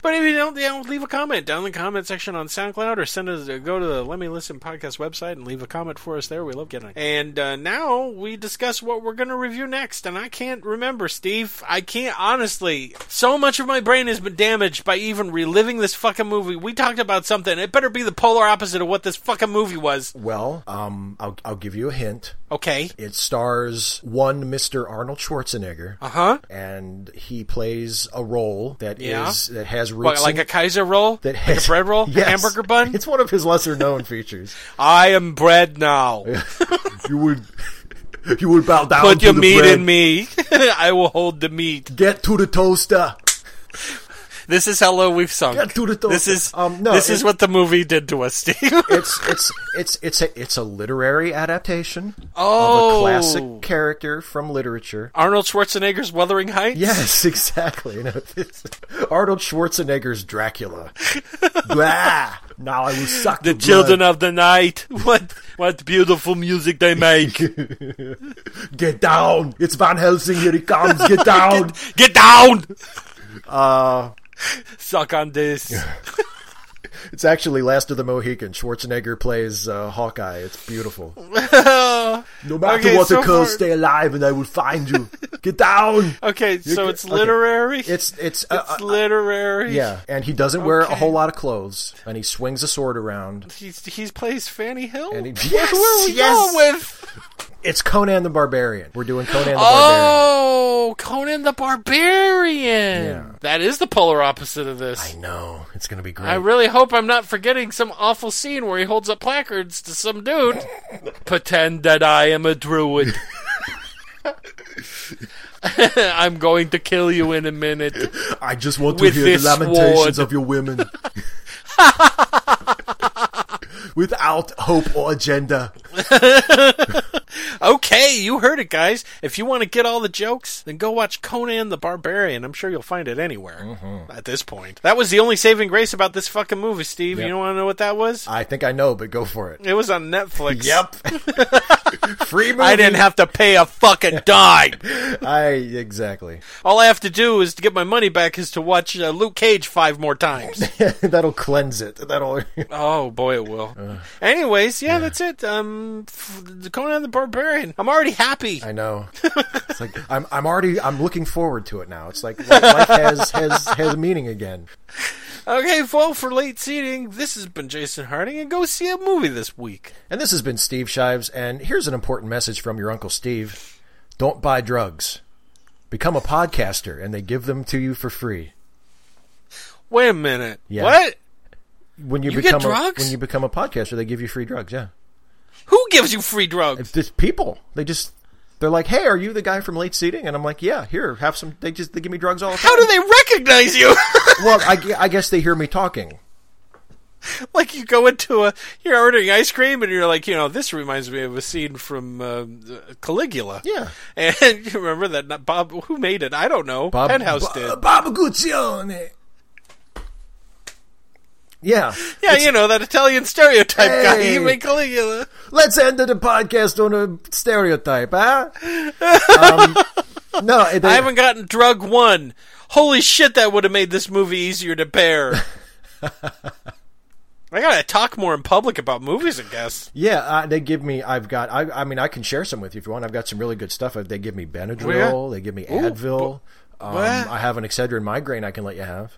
But if you don't, you know, leave a comment down in the comment section on SoundCloud or send us uh, go to the Let Me Listen podcast website and leave a comment for us there. We love getting it. And uh, now we discuss what we're going to review next. And I can't remember, Steve. I can't honestly. So much of my brain has been damaged by even reliving this fucking movie. We talked about something. It better be the polar opposite of what this fucking movie was. well, um, I'll I'll give you a hint. Okay. It stars one Mr. Arnold Schwarzenegger, Uh huh. and he plays a role that is Yeah. that has roots What, like in- a Kaiser roll, that like a has bread *laughs* roll, Yes. hamburger bun. It's one of his lesser *laughs* known features. I am bread *laughs* now. you would *laughs* you would bow down Put to your the meat bread. in me. *laughs* I will hold the meat. Get to the toaster. This is how low we've sunk. Get to the toaster. This is Um, no, this is it- what the movie did to us, *laughs* Steve. It's it's it's it's a it's a literary adaptation of Oh. a classic character from literature. Arnold Schwarzenegger's Wuthering Heights. *laughs* Yes, *laughs* exactly. No, this- Arnold Schwarzenegger's Dracula. Blah. Now I will suck The your children of the night. *laughs* What what beautiful music they *laughs* make. blood. Get down! It's Van Helsing. Here he comes. Get down! *laughs* Get down. Uh, Suck on this. it's actually Last of the Mohican. Schwarzenegger plays uh, Hawkeye. It's beautiful. No matter Okay, what so occurs, far- stay alive, and I will find you. Get down! *laughs* Okay, so ca- it's okay. literary. It's it's, uh, uh, It's literary. yeah, and he doesn't wear a Okay. whole lot of clothes, and he swings a sword around. He's, he plays Fanny Hill. And he- *laughs* Where- where are we Yes, going with? It's Conan the Barbarian. We're doing Conan the Barbarian. Oh, Conan the Barbarian. Yeah. That is the polar opposite of this. I know it's gonna be great. I really hope I'm not forgetting some awful scene where he holds up placards to some *laughs* dude. Pretend that I am a *laughs* druid. I'm going to kill you in a minute. I just want to With hear the this lamentations sword. of your women. *laughs* *laughs* Without hope or agenda. Okay, you heard it, guys. If you want to get all the jokes, then go watch Conan the Barbarian. I'm sure you'll find it anywhere at this point. That was the only saving grace about this fucking movie, Steve. You don't want to know what that was? I think I know, but go for it. It was on Netflix. *laughs* Free movie. I didn't have to pay a fucking dime. I exactly. *laughs* *laughs* All I have to do is to get my money back is to watch uh, Luke Cage five more times. *laughs* That'll cleanse it. That'll oh boy, it will. Anyways, yeah, that's it. Um, f- Conan the Barbarian. I'm already happy. I know. It's like I'm I'm already I'm looking forward to it now. It's like li- life has has has meaning again. Okay, well, for late seating, this has been Jason Harding, and go see a movie this week. And this has been Steve Shives and here's an important message from your uncle Steve. Don't buy drugs. Become a podcaster and they give them to you for free. Wait a minute. Yeah. What? When you, You get become drugs? A, when you become a podcaster, they give you free drugs, yeah. Who gives you free drugs? Just people. They just they're like, "Hey, are you the guy from late seating?" And I'm like, "Yeah, here, have some." They just they give me drugs all the time. How do they recognize you? *laughs* well, I, gu- I guess they hear me talking. *laughs* like you go into a, you're ordering ice cream, and you're like, you know, this reminds me of a scene from uh, Caligula. Yeah. *laughs* And you remember that not Bob? Who made it? I don't know. Bob, Penthouse Bo- *laughs* did. Bob Guccione. Yeah. Yeah, you know that Italian stereotype guy. Hey. He made Caligula. Let's end the podcast on a stereotype, huh? um, no, it- I haven't gotten drug one. Holy shit, that would have made this movie easier to bear. *laughs* I gotta talk more in public about movies, I guess. yeah, uh, they give me. I've got. I, I mean, I can share some with you if you want. I've got some really good stuff. They give me Benadryl. They give me Advil. um, what? I have an Excedrin migraine. I can let you have.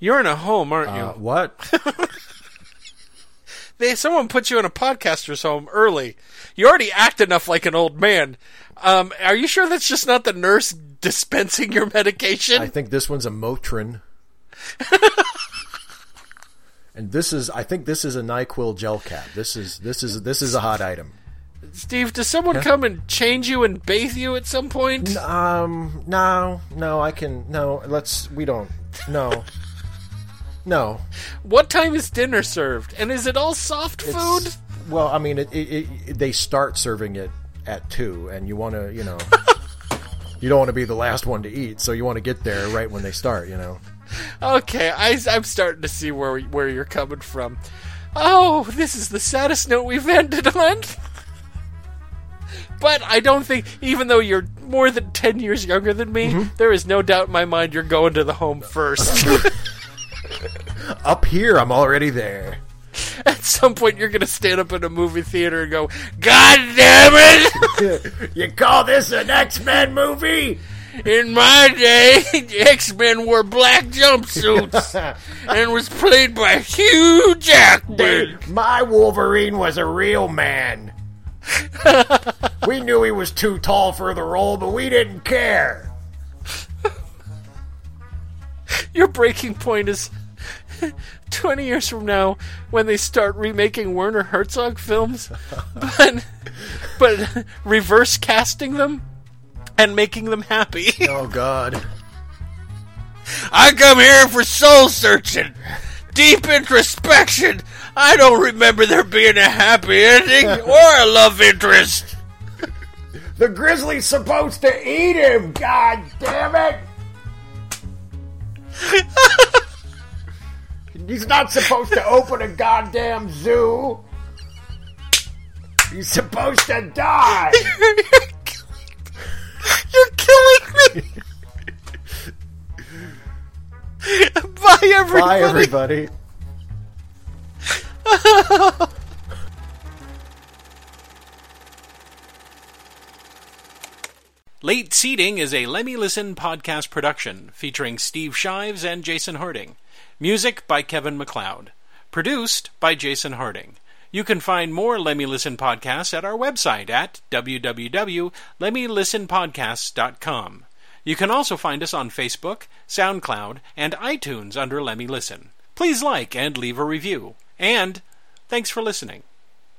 You're in a home, aren't Uh, you? what? They, someone put you in a podcaster's home early. You already act enough like an old man. Um, are you sure that's just not the nurse dispensing your medication? I think this one's a Motrin. and this is I think this is a NyQuil gel cap. This is this is this is a hot item. Steve, does someone come and change you and bathe you at some point? Um no, no, I can no, let's we don't. No. No. What time is dinner served? And is it all soft food? It's- Well, I mean it, it, it they start serving it at 2 and you want to, you know, you don't want to be the last one to eat, so you want to get there right when they start, you know. Okay, I, I'm starting to see where where you're coming from. Oh, this is the saddest note we've ended on. But I don't think, even though you're more than ten years younger than me, there is no doubt in my mind you're going to the home first. Up here, I'm already there. At some point, you're going to stand up in a movie theater and go, "God damn it!" You call this an X-Men movie? *laughs* In my day, X Men wore black jumpsuits and was played by Hugh Jackman. My Wolverine was a real man. we knew he was too tall for the role, but we didn't care. your breaking point is *laughs* 20 years from now when they start remaking Werner Herzog films, but, but reverse casting them and making them happy. Oh God. *laughs* I come here for soul searching, deep introspection. I don't remember there being a happy ending or a love interest. The grizzly's supposed to eat him. God damn it. He's not supposed to open a goddamn zoo. He's supposed to die. You're killing me. *laughs* Bye, everybody. Bye, everybody. Late Seating is a Lemmy Listen podcast production featuring Steve Shives and Jason Harding. Music by Kevin McLeod. Produced by Jason Harding. You can find more Lemmy Listen podcasts at our website at www.lemmylistenpodcasts.com. You can also find us on Facebook, SoundCloud, and iTunes under Lemmy Listen. Please like and leave a review. And thanks for listening.